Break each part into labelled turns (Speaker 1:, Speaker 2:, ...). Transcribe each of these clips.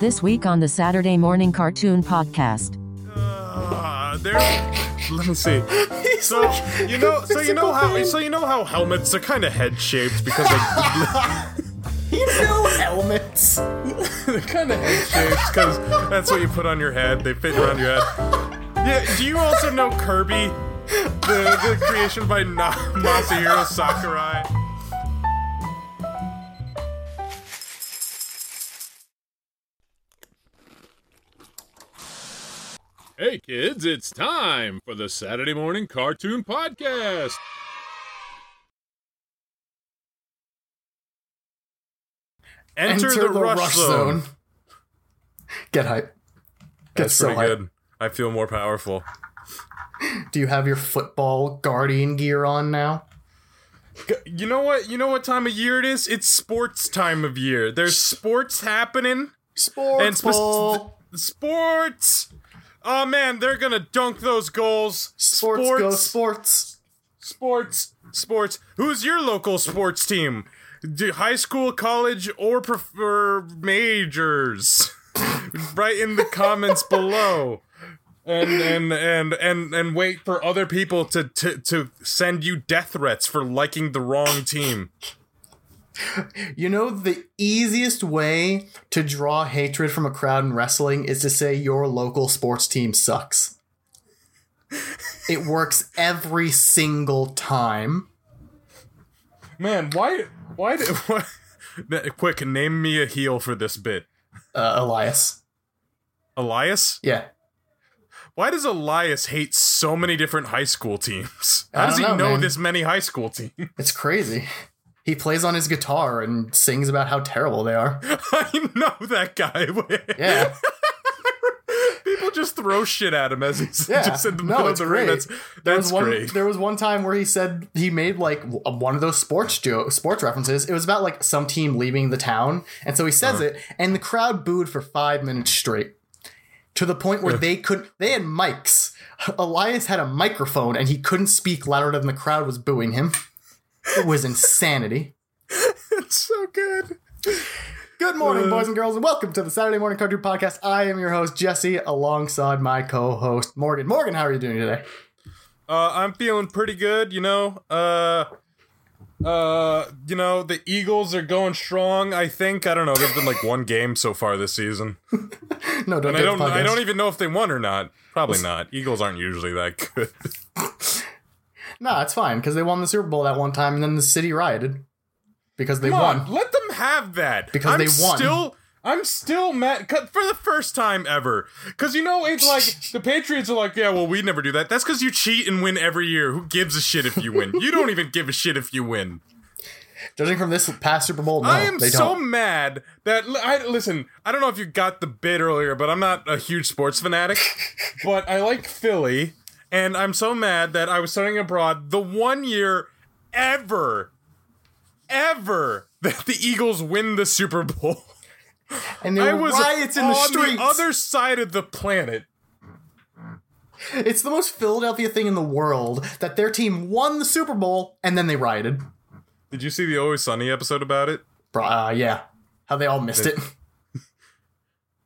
Speaker 1: This week on the Saturday Morning Cartoon Podcast.
Speaker 2: Uh, there. Let me see. So you know, so you know how, so you know how helmets are kind of head shaped because
Speaker 3: You know helmets.
Speaker 2: they, they're kind of head shaped because that's what you put on your head. They fit around your head. Yeah. Do you also know Kirby, the, the creation by Na- Masahiro Sakurai?
Speaker 4: Hey kids, it's time for the Saturday Morning Cartoon Podcast.
Speaker 2: Enter, the, rush, zone.
Speaker 3: Get hype. Get
Speaker 2: That's
Speaker 3: so
Speaker 2: pretty
Speaker 3: hype.
Speaker 2: good. I feel more powerful.
Speaker 3: Do you have your football guardian gear on now?
Speaker 2: You know what? You know what time of year it is? It's sports time of year. There's sports happening.
Speaker 3: Sports
Speaker 2: And spec- Sports. Oh man, they're gonna dunk those goals.
Speaker 3: Sports, go sports.
Speaker 2: sports, sports. Who's your local sports team? Do high school, college, or prefer majors? Write in the comments below. And and and and and wait for other people to, to to send you death threats for liking the wrong team.
Speaker 3: You know the easiest way to draw hatred from a crowd in wrestling is to say your local sports team sucks. it works every single time.
Speaker 2: Man, why why did why, quick name me a heel for this bit.
Speaker 3: Uh, Elias.
Speaker 2: Elias?
Speaker 3: Yeah.
Speaker 2: Why does Elias hate so many different high school teams? How
Speaker 3: I
Speaker 2: does he
Speaker 3: don't
Speaker 2: know
Speaker 3: know, man.
Speaker 2: this many high school teams?
Speaker 3: It's crazy. He plays on his guitar and sings about how terrible they are.
Speaker 2: I know that guy.
Speaker 3: Yeah.
Speaker 2: People just throw shit at him as he's
Speaker 3: Yeah.
Speaker 2: just in the
Speaker 3: No,
Speaker 2: middle of
Speaker 3: it's
Speaker 2: the ring.
Speaker 3: great.
Speaker 2: That's,
Speaker 3: There was
Speaker 2: that's
Speaker 3: one.
Speaker 2: great.
Speaker 3: There was one time where he said he made like w- uh, one of those sports jo- sports references. It was about like some team leaving the town, and so he says
Speaker 2: Uh-huh.
Speaker 3: it, and the crowd booed for five minutes straight, to the point where they could. They had mics. Elias had a microphone, and he couldn't speak louder than the crowd was booing him. It was insanity.
Speaker 2: It's so good.
Speaker 3: Good
Speaker 2: Uh.
Speaker 3: morning, boys and girls, and welcome to the Saturday Morning Cartoon Podcast. I am your host Jesse, alongside my co-host Morgan. Morgan, how are you doing today?
Speaker 2: Uh, I'm feeling pretty good, you know. Uh, uh, you know, the Eagles are going strong. I think I don't know. There's been like one game so far this season.
Speaker 3: No, don't.
Speaker 2: And I
Speaker 3: get
Speaker 2: don't.
Speaker 3: the
Speaker 2: I
Speaker 3: podcast.
Speaker 2: don't e- even know if they won or not. Probably not. Eagles aren't usually that good.
Speaker 3: No, it's fine because they won the Super Bowl that one time, and then the city rioted because they
Speaker 2: Come
Speaker 3: won.
Speaker 2: on, let them have that
Speaker 3: Because
Speaker 2: I'm
Speaker 3: they won.
Speaker 2: Still, I'm still mad 'cause- for the first time ever. Because you know, it's like the Patriots are like, yeah, well, we never do that. That's because you cheat and win every year. Who gives a shit if you win? you don't even give a shit if you win.
Speaker 3: Judging from this past Super Bowl, no,
Speaker 2: I am
Speaker 3: they
Speaker 2: so
Speaker 3: don't.
Speaker 2: mad that I listen. I don't know if you got the bit earlier, but I'm not a huge sports fanatic, but I like Philly, and I'm so mad that I was studying abroad the one year ever, ever that the Eagles win the Super Bowl.
Speaker 3: And there
Speaker 2: I
Speaker 3: were
Speaker 2: was
Speaker 3: riots in the
Speaker 2: on
Speaker 3: streets.
Speaker 2: the other side of the planet.
Speaker 3: It's the most Philadelphia thing in the world that their team won the Super Bowl and then they rioted.
Speaker 2: Did you see the Always Sunny episode about it?
Speaker 3: Bro, uh, yeah, how they all missed it.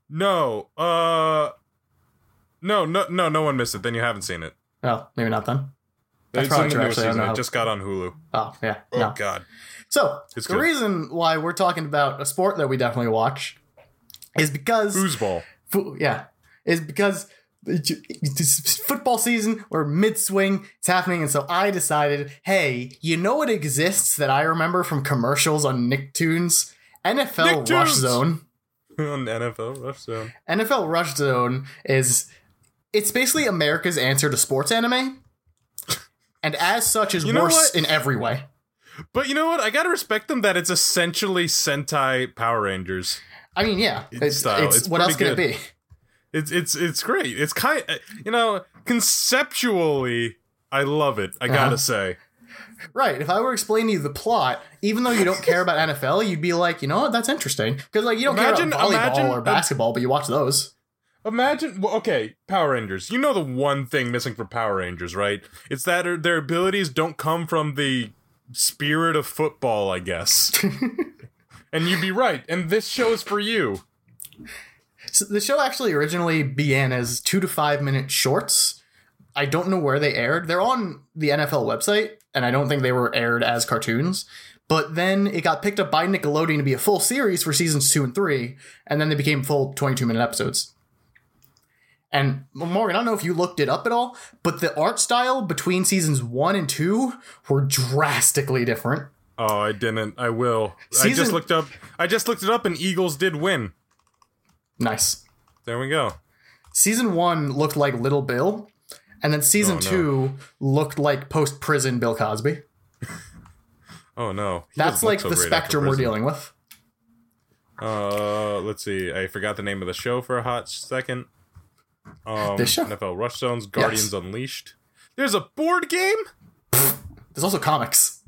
Speaker 2: No, uh, no, no, no, no one missed it. Then you haven't seen it.
Speaker 3: Oh, maybe not then. That's
Speaker 2: it's
Speaker 3: probably
Speaker 2: in the
Speaker 3: true,
Speaker 2: newest
Speaker 3: actually, I don't
Speaker 2: season.
Speaker 3: know.
Speaker 2: It just got on Hulu.
Speaker 3: Oh, yeah,
Speaker 2: Oh
Speaker 3: no.
Speaker 2: God.
Speaker 3: So
Speaker 2: It's
Speaker 3: the
Speaker 2: good.
Speaker 3: reason why we're talking about a sport that we definitely watch is because
Speaker 2: Foosball.
Speaker 3: Fo- yeah, is because it's it's football season or mid swing. It's happening, and so I decided, hey, you know what exists that I remember from commercials on Nicktoons? NFL Rush
Speaker 2: Nicktoons!
Speaker 3: Zone.
Speaker 2: on NFL Rough Zone.
Speaker 3: NFL Rush Zone is it's basically America's answer to sports anime, and as such is
Speaker 2: You know
Speaker 3: worse
Speaker 2: what?
Speaker 3: in every way.
Speaker 2: But you know what? I gotta respect them that it's essentially Sentai Power Rangers.
Speaker 3: I mean, yeah, it's,
Speaker 2: style,
Speaker 3: it's-
Speaker 2: it's
Speaker 3: what else could
Speaker 2: pretty
Speaker 3: it be?
Speaker 2: It's it's it's great. It's kind you know conceptually. I love it. I gotta
Speaker 3: Uh-huh.
Speaker 2: say.
Speaker 3: Right. If I were explaining to you the plot, even though you don't care about NFL, you'd be like, you know what, that's interesting. Because like you don't
Speaker 2: Imagine-
Speaker 3: care about volleyball
Speaker 2: imagine
Speaker 3: or
Speaker 2: a-
Speaker 3: basketball, but you watch those.
Speaker 2: Imagine, well, okay, Power Rangers. You know the one thing missing for Power Rangers, right? It's that er- their abilities don't come from the spirit of football, I guess. and you'd be right. And this show is for you.
Speaker 3: So the show actually originally began as two to five minute shorts. I don't know where they aired. They're on the NFL website, and I don't think they were aired as cartoons. But then it got picked up by Nickelodeon to be a full series for seasons two and three, and then they became full 22 minute episodes. And Morgan, I don't know if you looked it up at all, but the art style between seasons one and two were drastically different.
Speaker 2: Oh, I didn't. I will. I just
Speaker 3: Season-
Speaker 2: looked up. I just looked it up, and Eagles did win.
Speaker 3: Nice.
Speaker 2: There we go.
Speaker 3: Season one looked like Little Bill, and then season
Speaker 2: Oh, no.
Speaker 3: two looked like post prison Bill Cosby.
Speaker 2: Oh no, He
Speaker 3: That's
Speaker 2: doesn't look
Speaker 3: like
Speaker 2: so
Speaker 3: the
Speaker 2: great after
Speaker 3: spectrum we're
Speaker 2: prison.
Speaker 3: dealing with.
Speaker 2: Uh, let's see. I forgot the name of the show for a hot second. Um,
Speaker 3: This show?
Speaker 2: NFL Rush Zones, Guardians Unleashed. There's a board game.
Speaker 3: There's also comics.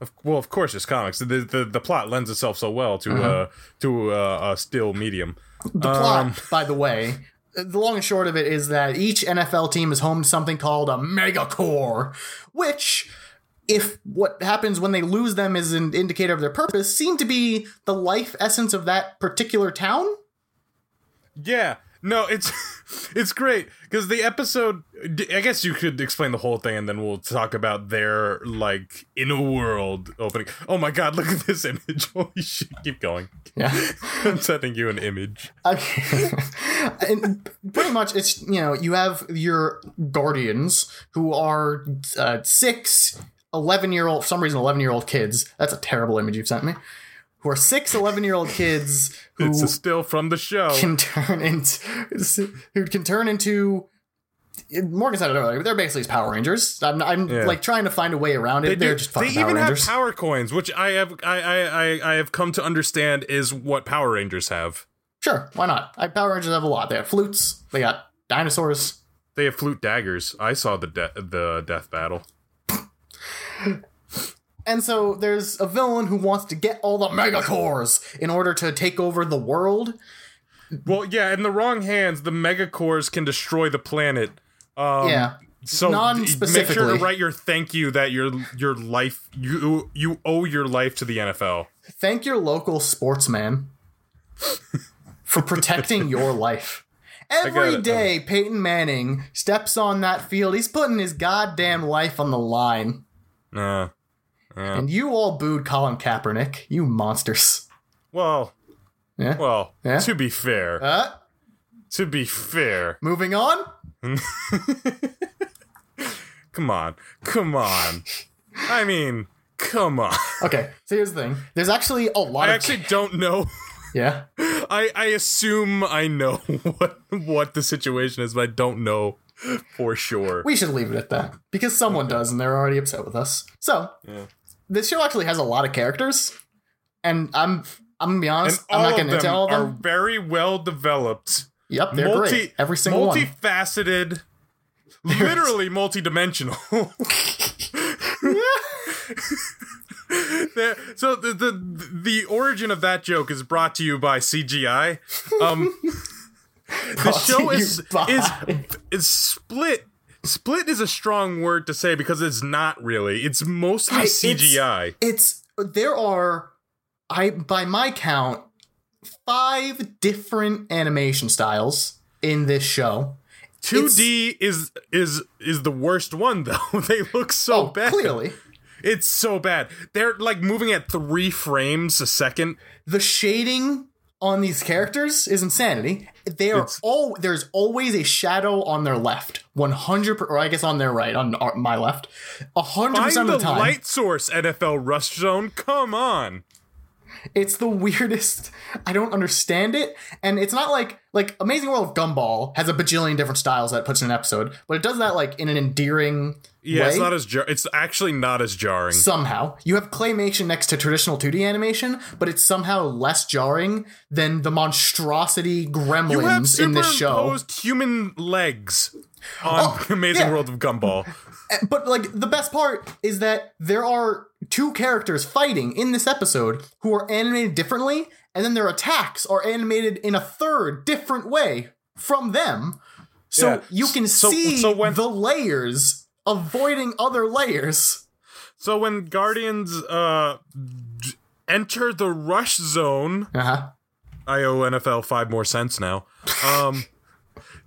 Speaker 2: Of, well, of course, it's comics. The, the the plot lends itself so well to
Speaker 3: Mm-hmm.
Speaker 2: uh to uh, a still medium.
Speaker 3: The
Speaker 2: Um,
Speaker 3: plot, by the way, the long and short of it is that each NFL team is home to something called a mega core, which, if what happens when they lose them is an indicator of their purpose, seem to be the life essence of that particular town.
Speaker 2: Yeah. No, it's it's great because the episode. I guess you could explain the whole thing, and then we'll talk about their like in a world opening. Oh my god! Look at this image. Holy shit! Keep going.
Speaker 3: Yeah.
Speaker 2: I'm sending you an image.
Speaker 3: Okay. and pretty much, it's you know you have your guardians who are uh, six, 11 year old for some reason eleven year old kids. That's a terrible image you've sent me. Who are six 11 year old kids who
Speaker 2: It's a still from the show.
Speaker 3: can turn into who can turn into. Morgan said it earlier. They're basically Power Rangers. I'm, I'm
Speaker 2: Yeah.
Speaker 3: like trying to find a way around it. They are
Speaker 2: do-
Speaker 3: just fucking
Speaker 2: they
Speaker 3: Power
Speaker 2: even
Speaker 3: Rangers.
Speaker 2: have power coins, which I have I, I I I have come to understand is what Power Rangers have.
Speaker 3: sure, why not? I, Power Rangers have a lot. They have flutes. They got dinosaurs.
Speaker 2: They have flute daggers. I saw the de- the death battle.
Speaker 3: And so there's a villain who wants to get all the megacores in order to take over the world.
Speaker 2: Well, yeah, in the wrong hands, the megacores can destroy the planet. Um,
Speaker 3: yeah.
Speaker 2: So make sure
Speaker 3: Non-specifically.
Speaker 2: to write your thank you that your your life you you owe your life to the NFL.
Speaker 3: Thank your local sportsman for protecting your life.
Speaker 2: got
Speaker 3: Every
Speaker 2: it.
Speaker 3: day Peyton Manning steps on that field, he's putting his goddamn life on the line.
Speaker 2: Uh,
Speaker 3: And you all booed Colin Kaepernick, you monsters.
Speaker 2: well,
Speaker 3: Yeah.
Speaker 2: well.
Speaker 3: Yeah?
Speaker 2: To be fair,
Speaker 3: Uh,
Speaker 2: to be fair.
Speaker 3: moving on.
Speaker 2: Come on, come on. I mean, come on.
Speaker 3: Okay, so here's the thing. There's actually a lot
Speaker 2: I
Speaker 3: of
Speaker 2: actually don't know.
Speaker 3: yeah.
Speaker 2: I I assume I know what what the situation is, but I don't know for sure.
Speaker 3: we should leave it at that because someone does and they're already upset with us. So this show actually has a lot of characters, and I'm I'm gonna be
Speaker 2: and
Speaker 3: honest, I'm
Speaker 2: all
Speaker 3: not
Speaker 2: of
Speaker 3: gonna
Speaker 2: them
Speaker 3: tell all of
Speaker 2: are
Speaker 3: them.
Speaker 2: very well developed,
Speaker 3: yep, they're great. Every single one.
Speaker 2: multifaceted, literally multidimensional. There- so the, the the origin of that joke is brought to you by CGI. Um, the
Speaker 3: Brought
Speaker 2: show
Speaker 3: to you
Speaker 2: is
Speaker 3: by-
Speaker 2: is is split. Split is a strong word to say because it's not really. It's mostly
Speaker 3: I- it's-
Speaker 2: CGI.
Speaker 3: It's there are, I by my count, five different animation styles in this show.
Speaker 2: Two D is is is the worst one though. they look so
Speaker 3: Oh,
Speaker 2: bad.
Speaker 3: clearly
Speaker 2: It's so bad. They're like moving at three frames a second.
Speaker 3: the shading on these characters is insanity. They are
Speaker 2: It's-
Speaker 3: all there's always a shadow on their left, one hundred, or I guess on their right, on our- my left, hundred
Speaker 2: Find
Speaker 3: percent
Speaker 2: the
Speaker 3: of the time.
Speaker 2: light source, NFL Rush Zone. Come on.
Speaker 3: It's the weirdest. I don't understand it, and it's not like like Amazing World of Gumball has a bajillion different styles that it puts in an episode, but it does that like in an endearing
Speaker 2: Yeah,
Speaker 3: way.
Speaker 2: it's not as jar- it's actually not as jarring.
Speaker 3: somehow you have claymation next to traditional 2D animation, but it's somehow less jarring than the monstrosity
Speaker 2: you have
Speaker 3: gremlins in this show. Oh,
Speaker 2: superimposed human legs on Amazing
Speaker 3: yeah.
Speaker 2: World of Gumball.
Speaker 3: But like the best part is that there are two characters fighting in this episode who are animated differently, and then their attacks are animated in a third different way from them. So
Speaker 2: Yeah.
Speaker 3: you can
Speaker 2: So-
Speaker 3: see
Speaker 2: so when-
Speaker 3: the layers avoiding other layers.
Speaker 2: So when Guardians uh d- enter the rush zone,
Speaker 3: Uh huh.
Speaker 2: I owe NFL five more cents now. Um,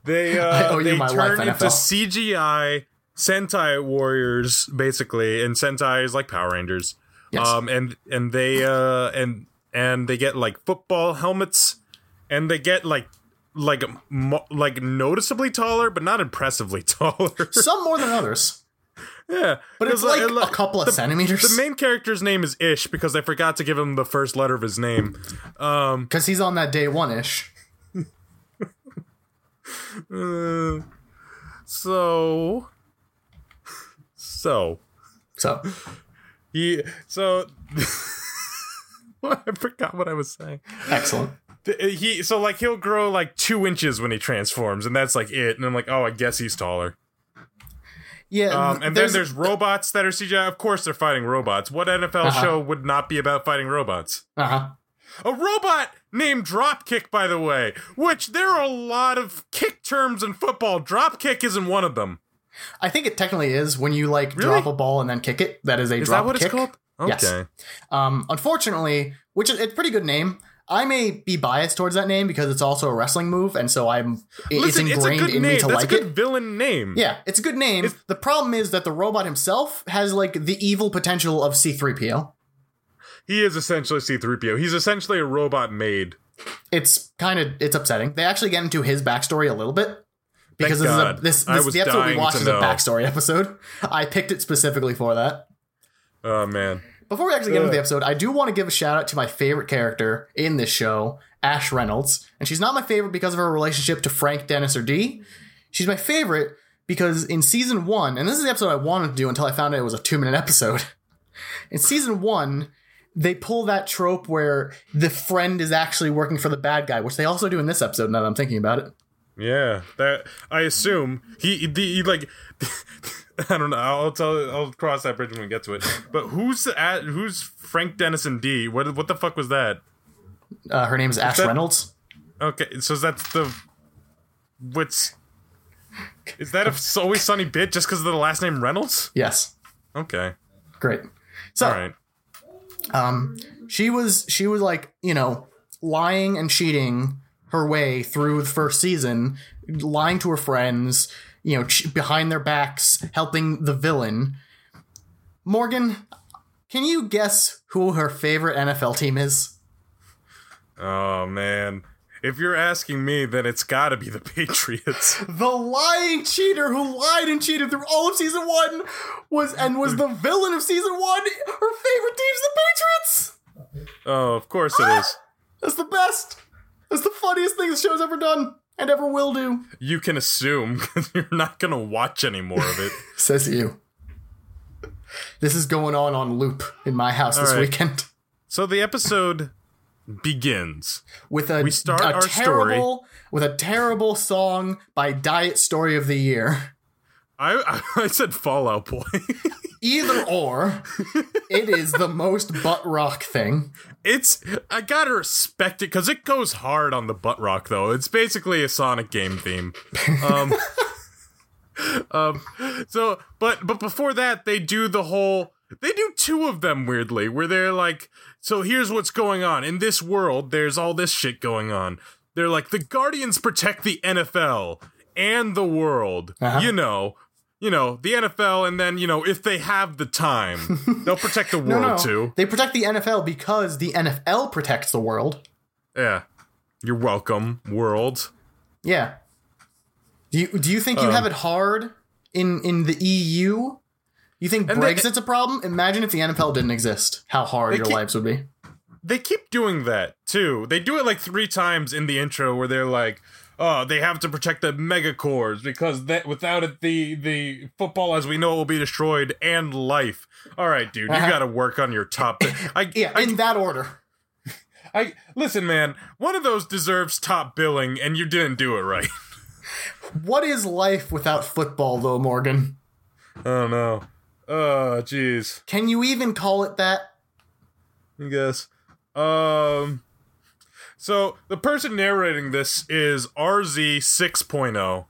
Speaker 2: they uh,
Speaker 3: owe you
Speaker 2: they
Speaker 3: my life,
Speaker 2: turn into
Speaker 3: NFL.
Speaker 2: CGI Sentai warriors basically, and Sentai is like Power Rangers.
Speaker 3: Yes.
Speaker 2: Um, and and they uh and and they get like football helmets, and they get like like mo- like noticeably taller, but not impressively taller.
Speaker 3: Some more than others,
Speaker 2: yeah,
Speaker 3: but it's
Speaker 2: 'Cause,
Speaker 3: like,
Speaker 2: uh,
Speaker 3: a couple of centimeters
Speaker 2: The main character's name is Ish because I forgot to give him the first letter of his name.
Speaker 3: because he's on that day one ish.
Speaker 2: Uh, so so
Speaker 3: So
Speaker 2: he so I forgot what I was saying.
Speaker 3: excellent.
Speaker 2: Th- He so like he'll grow like two inches when he transforms, and that's like it. And I'm like, oh, I guess he's taller.
Speaker 3: Yeah,
Speaker 2: Um, and then there's robots that are CGI. Of course, they're fighting robots. What NFL show would not be about fighting robots?
Speaker 3: uh-huh.
Speaker 2: A robot named Dropkick, by the way, which there are a lot of kick terms in football. Dropkick isn't one of them.
Speaker 3: I think it technically is when you like
Speaker 2: Really?
Speaker 3: drop a ball and then kick it. That is a
Speaker 2: Is
Speaker 3: drop
Speaker 2: that what
Speaker 3: kick.
Speaker 2: it's called? Okay.
Speaker 3: Yes. Um, unfortunately, which is it's a pretty good name. I may be biased towards that name because it's also a wrestling move, and so I'm it-
Speaker 2: Listen,
Speaker 3: it's
Speaker 2: it's a
Speaker 3: ingrained
Speaker 2: good
Speaker 3: in me
Speaker 2: name.
Speaker 3: to
Speaker 2: That's
Speaker 3: like
Speaker 2: a good
Speaker 3: it.
Speaker 2: villain name.
Speaker 3: Yeah, it's a good name. the problem is that the robot himself has like the evil potential of C3PO.
Speaker 2: He is essentially C3PO. He's essentially a robot maid.
Speaker 3: It's kind of it's upsetting. They actually get into his backstory a little bit
Speaker 2: Thank
Speaker 3: because this is a,
Speaker 2: God.
Speaker 3: this,
Speaker 2: I
Speaker 3: this
Speaker 2: was
Speaker 3: the episode we
Speaker 2: dying
Speaker 3: watched
Speaker 2: to
Speaker 3: is a
Speaker 2: know.
Speaker 3: backstory episode. I picked it specifically for that.
Speaker 2: Oh man.
Speaker 3: Before we actually get into
Speaker 2: Ugh.
Speaker 3: the episode, I do want to give a shout out to my favorite character in this show, Ash Reynolds. And she's not my favorite because of her relationship to Frank, Dennis, or Dee. She's my favorite because in season one, and this is the episode I wanted to do until I found out it was a two minute episode. In season one, they pull that trope where the friend is actually working for the bad guy, which they also do in this episode now that I'm thinking about it.
Speaker 2: Yeah. That I assume he the he, like I don't know. I'll tell. I'll cross that bridge when we get to it. But who's at? Who's Frank Dennison D? What? What the fuck was that?
Speaker 3: Uh, her name is Ash
Speaker 2: that-
Speaker 3: Reynolds.
Speaker 2: Okay, so that's the what's is that a s- always sunny bit just because of the last name Reynolds?
Speaker 3: Yes.
Speaker 2: Okay,
Speaker 3: Great. So,
Speaker 2: all right.
Speaker 3: Um, she was she was like you know lying and cheating her way through the first season lying to her friends you know ch- behind their backs helping the villain morgan can you guess who her favorite nfl team is
Speaker 2: Oh man, if you're asking me, then it's got to be the Patriots.
Speaker 3: the lying cheater who lied and cheated through all of season one was and was the villain of season one her favorite team's the patriots
Speaker 2: oh, of course it is.
Speaker 3: that's the best that's the funniest thing the show's ever done and ever will do
Speaker 2: You can assume 'cause you're not gonna watch any more of it.
Speaker 3: Says you. This is going on on loop in my house this
Speaker 2: right.
Speaker 3: weekend
Speaker 2: So the episode begins.
Speaker 3: with a,
Speaker 2: We start
Speaker 3: a
Speaker 2: our
Speaker 3: terrible with a terrible song by Diet Story of the Year.
Speaker 2: I I, I said Fallout Boy.
Speaker 3: Either or, it is the most butt rock thing.
Speaker 2: it's I gotta respect it because it goes hard on the butt rock though. It's basically a Sonic game theme. Um, um, so but but before that they do the whole they do two of them weirdly where they're like so here's what's going on in this world there's all this shit going on they're like the guardians protect the nfl and the world
Speaker 3: Uh-huh.
Speaker 2: you know you know the nfl and then you know if they have the time they'll protect the
Speaker 3: No,
Speaker 2: world
Speaker 3: no,
Speaker 2: too
Speaker 3: they protect the NFL because the NFL protects the world.
Speaker 2: Yeah. You're welcome, world.
Speaker 3: Yeah. Do you do you think you
Speaker 2: Um,
Speaker 3: have it hard in in the EU? You think
Speaker 2: And they-
Speaker 3: Brexit's a problem? Imagine if the NFL didn't exist. How hard your
Speaker 2: keep-
Speaker 3: lives would be.
Speaker 2: They keep doing that too. They do it like three times in the intro where they're like, "Oh, they have to protect the megacores because that without it, the the football as we know it will be destroyed and life." All right, dude, you
Speaker 3: Uh-huh.
Speaker 2: got to work on your top. bi- I,
Speaker 3: Yeah,
Speaker 2: I,
Speaker 3: in that order.
Speaker 2: I listen, man. One of those deserves top billing, and you didn't do it right.
Speaker 3: What is life without football, though, Morgan?
Speaker 2: oh no. Oh, jeez.
Speaker 3: Can you even call it that?
Speaker 2: I guess. Um, so the person narrating this is RZ 6.0,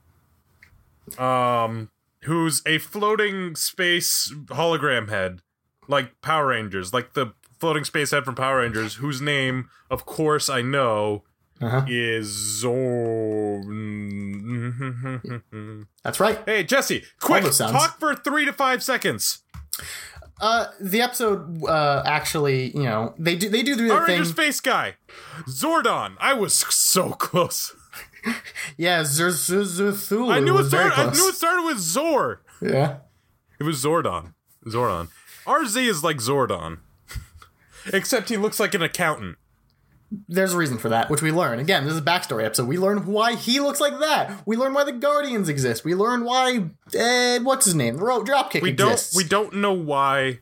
Speaker 2: oh, um, who's a floating space hologram head, like Power Rangers, like the floating space head from Power Rangers, whose name, of course, I know
Speaker 3: Uh-huh.
Speaker 2: is Zorn.
Speaker 3: That's right.
Speaker 2: hey, Jesse, quick,
Speaker 3: those sounds.
Speaker 2: talk for three to five seconds.
Speaker 3: Uh, the episode uh, actually, you know, they do they do do the
Speaker 2: Power
Speaker 3: thing.
Speaker 2: Rangers face guy, Zordon. I was so close.
Speaker 3: yeah, Zer- Zer- Zer- Thulu
Speaker 2: I knew it
Speaker 3: was very
Speaker 2: started. I
Speaker 3: close.
Speaker 2: knew it started with Zor.
Speaker 3: Yeah.
Speaker 2: It was Zordon. Zordon. RZ is like Zordon, except he looks like an accountant.
Speaker 3: there's a reason for that, which we learn. Again, this is a backstory episode. We learn why he looks like that. We learn why the Guardians exist. We learn why uh, what's his name, Ro- Dropkick
Speaker 2: We don't.
Speaker 3: exists.
Speaker 2: We don't know why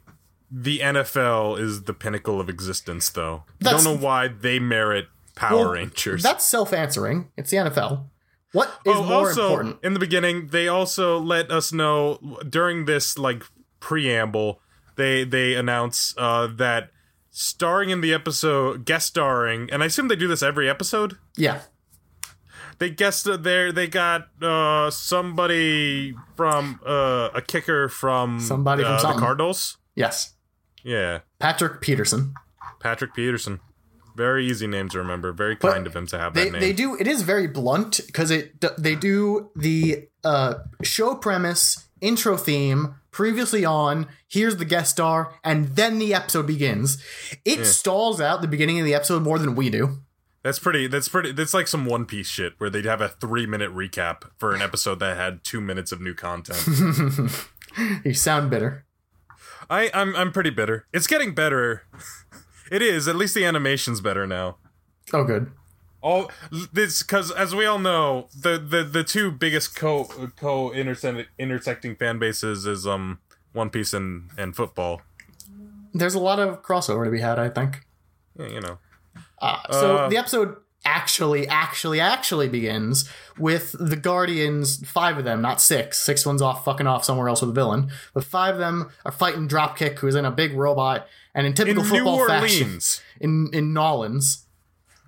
Speaker 2: the NFL is the pinnacle of existence, though. We
Speaker 3: That's-
Speaker 2: don't know why they merit Power Rangers.
Speaker 3: That's self-answering. It's the NFL. What is
Speaker 2: Oh,
Speaker 3: more
Speaker 2: also
Speaker 3: important?
Speaker 2: in the beginning, they also let us know during this like preamble, they they announce uh, that starring in the episode, guest starring, and I assume they do this every episode.
Speaker 3: Yeah,
Speaker 2: They guessed that they they got uh, somebody from uh, a kicker from
Speaker 3: Somebody from
Speaker 2: uh, the
Speaker 3: something.
Speaker 2: Cardinals.
Speaker 3: yes.
Speaker 2: Yeah,
Speaker 3: Patrick Peterson.
Speaker 2: Patrick Peterson. Very easy name to remember. Very
Speaker 3: But
Speaker 2: kind of him to have
Speaker 3: They
Speaker 2: that name.
Speaker 3: they do. It is very blunt because it d- they do the uh, show premise, intro theme. Previously on, here's the guest star, and then the episode begins. It stalls out the beginning of the episode more than we do.
Speaker 2: That's pretty. That's pretty. That's like some One Piece shit where they'd have a three minute recap for an episode that had two minutes of new content.
Speaker 3: You sound bitter.
Speaker 2: I, I'm I'm pretty bitter. It's getting better. It is. At least the animation's better now.
Speaker 3: Oh, good.
Speaker 2: All this because, as we all know, the the the two biggest co co intersect, intersecting fan bases is um One Piece and and football.
Speaker 3: There's a lot of crossover to be had, I think.
Speaker 2: Yeah, you know.
Speaker 3: Uh, so
Speaker 2: Uh,
Speaker 3: the episode actually, actually, actually begins with the Guardians, five of them, not six. Six one's off, fucking off somewhere else with a villain. But five of them are fighting Dropkick, who's in a big robot, and in
Speaker 2: In
Speaker 3: typical
Speaker 2: New
Speaker 3: football
Speaker 2: Orleans,
Speaker 3: fashion, in in Nolans,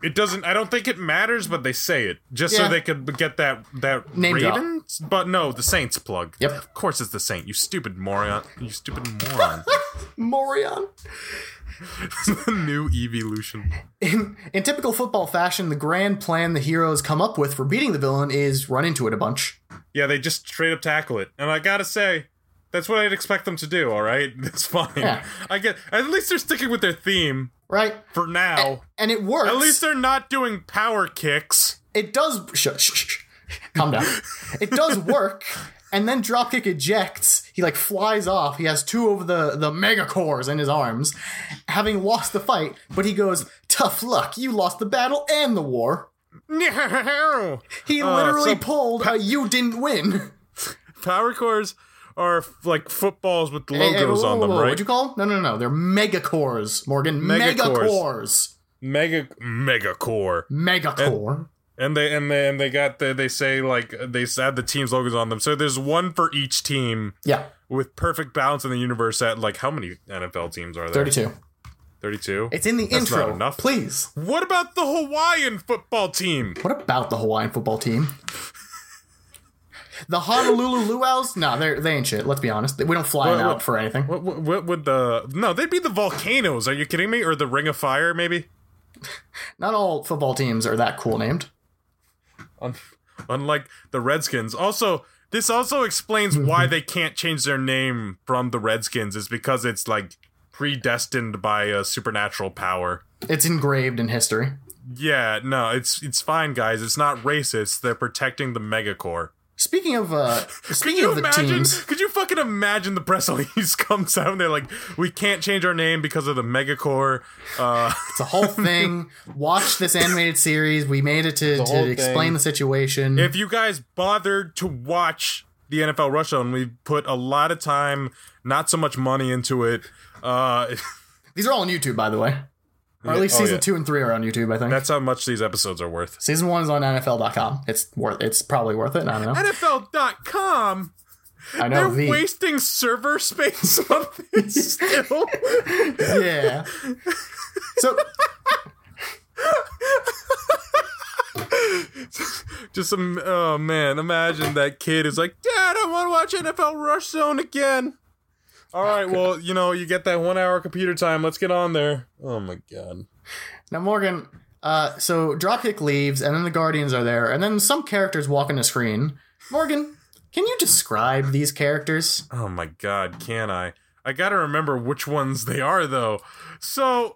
Speaker 2: it doesn't. I don't think it matters, but they say it just
Speaker 3: Yeah.
Speaker 2: so they could get that that
Speaker 3: Name drop.
Speaker 2: Ravens. But no, the Saints plug.
Speaker 3: Yep.
Speaker 2: of course it's the Saint. You stupid moron. You stupid moron.
Speaker 3: Morion.
Speaker 2: the new evolution.
Speaker 3: In, in typical football fashion, the grand plan the heroes come up with for beating the villain is run into it a bunch.
Speaker 2: Yeah, they just straight up tackle it, and I gotta say. That's what I'd expect them to do, all right? That's fine.
Speaker 3: Yeah.
Speaker 2: I get at least they're sticking with their theme
Speaker 3: Right?
Speaker 2: for now.
Speaker 3: And it works.
Speaker 2: At least they're not doing power kicks.
Speaker 3: it does sh- sh- sh- calm down it does work and then dropkick ejects he like flies off he has two of the the mega cores in his arms having lost the fight but he goes tough luck you lost the battle and the war
Speaker 2: No.
Speaker 3: he
Speaker 2: Uh,
Speaker 3: literally
Speaker 2: so-
Speaker 3: pulled a you didn't win
Speaker 2: Power cores are f- like footballs with
Speaker 3: Hey,
Speaker 2: logos
Speaker 3: hey, whoa,
Speaker 2: on
Speaker 3: whoa,
Speaker 2: them,
Speaker 3: whoa,
Speaker 2: right?
Speaker 3: what'd you call 'em? no no no they're mega cores morgan
Speaker 2: Mega
Speaker 3: mega
Speaker 2: cores.
Speaker 3: cores
Speaker 2: mega mega core
Speaker 3: mega core
Speaker 2: and they and they and they got the they say like they had the team's logos on them so there's one for each team
Speaker 3: yeah
Speaker 2: with perfect balance in the universe at like how many nfl teams are there
Speaker 3: 32
Speaker 2: 32
Speaker 3: it's in the
Speaker 2: That's not
Speaker 3: intro
Speaker 2: enough.
Speaker 3: please
Speaker 2: what about the hawaiian football team
Speaker 3: What about the Hawaiian football team? The Honolulu Luau's? Nah, they they ain't shit. Let's be honest. We don't fly 'em
Speaker 2: What-
Speaker 3: out
Speaker 2: what-
Speaker 3: for anything.
Speaker 2: what, what, what would the no they'd be the volcanoes are you kidding me or the ring of fire maybe
Speaker 3: Not all football teams are that cool named.
Speaker 2: Un- unlike the redskins also this also explains why they can't change their name from the redskins is because it's like predestined by a supernatural power
Speaker 3: It's engraved in history.
Speaker 2: Yeah, no, it's it's fine, guys. It's not racist. They're protecting the megacore.
Speaker 3: Speaking of uh,
Speaker 2: Could
Speaker 3: speaking
Speaker 2: you
Speaker 3: of the
Speaker 2: imagine?
Speaker 3: teams,
Speaker 2: Could you fucking imagine the press release comes out and they're like, "We can't change our name because of the megacore." Uh,
Speaker 3: it's a whole thing. Watch this animated series. We made it to,
Speaker 2: whole
Speaker 3: to explain
Speaker 2: thing.
Speaker 3: the situation.
Speaker 2: if you guys bothered to watch the NFL Rush on, we put a lot of time, not so much money into it. Uh,
Speaker 3: These are all on YouTube, by the way. Or at least
Speaker 2: oh,
Speaker 3: season
Speaker 2: yeah.
Speaker 3: two and three are on YouTube. I think
Speaker 2: that's how much these episodes are worth.
Speaker 3: season one is on NFL.com. It's worth. It's probably worth it. I don't know.
Speaker 2: NFL.com. They're
Speaker 3: I know the
Speaker 2: wasting server space on this still.
Speaker 3: yeah. So
Speaker 2: Just some, oh man, imagine that kid is like, Dad, I want to watch NFL Rush Zone again. All right, well, you know, you get that one hour computer time. Let's get on there. Oh my god.
Speaker 3: Now, Morgan, Uh, so Dropkick leaves, and then the Guardians are there, and then some characters walk on the screen. Morgan, can you describe these characters?
Speaker 2: Oh my god, can I? I gotta remember which ones they are though. So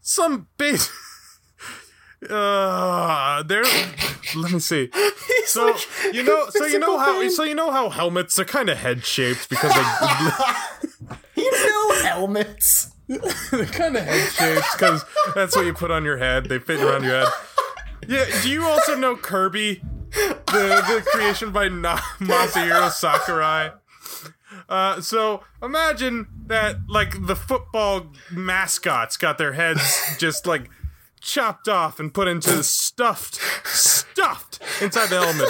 Speaker 2: some base Uh they're let me see. So you know so you know how so you know how helmets are kinda head shaped because they
Speaker 3: You know helmets.
Speaker 2: they're kinda head shaped because that's what you put on your head. They fit around your head. Yeah, do you also know Kirby? The the creation by Na- Masahiro Sakurai. Uh, so imagine that like the football mascots got their heads just like chopped off and put into stuffed stuffed inside the helmet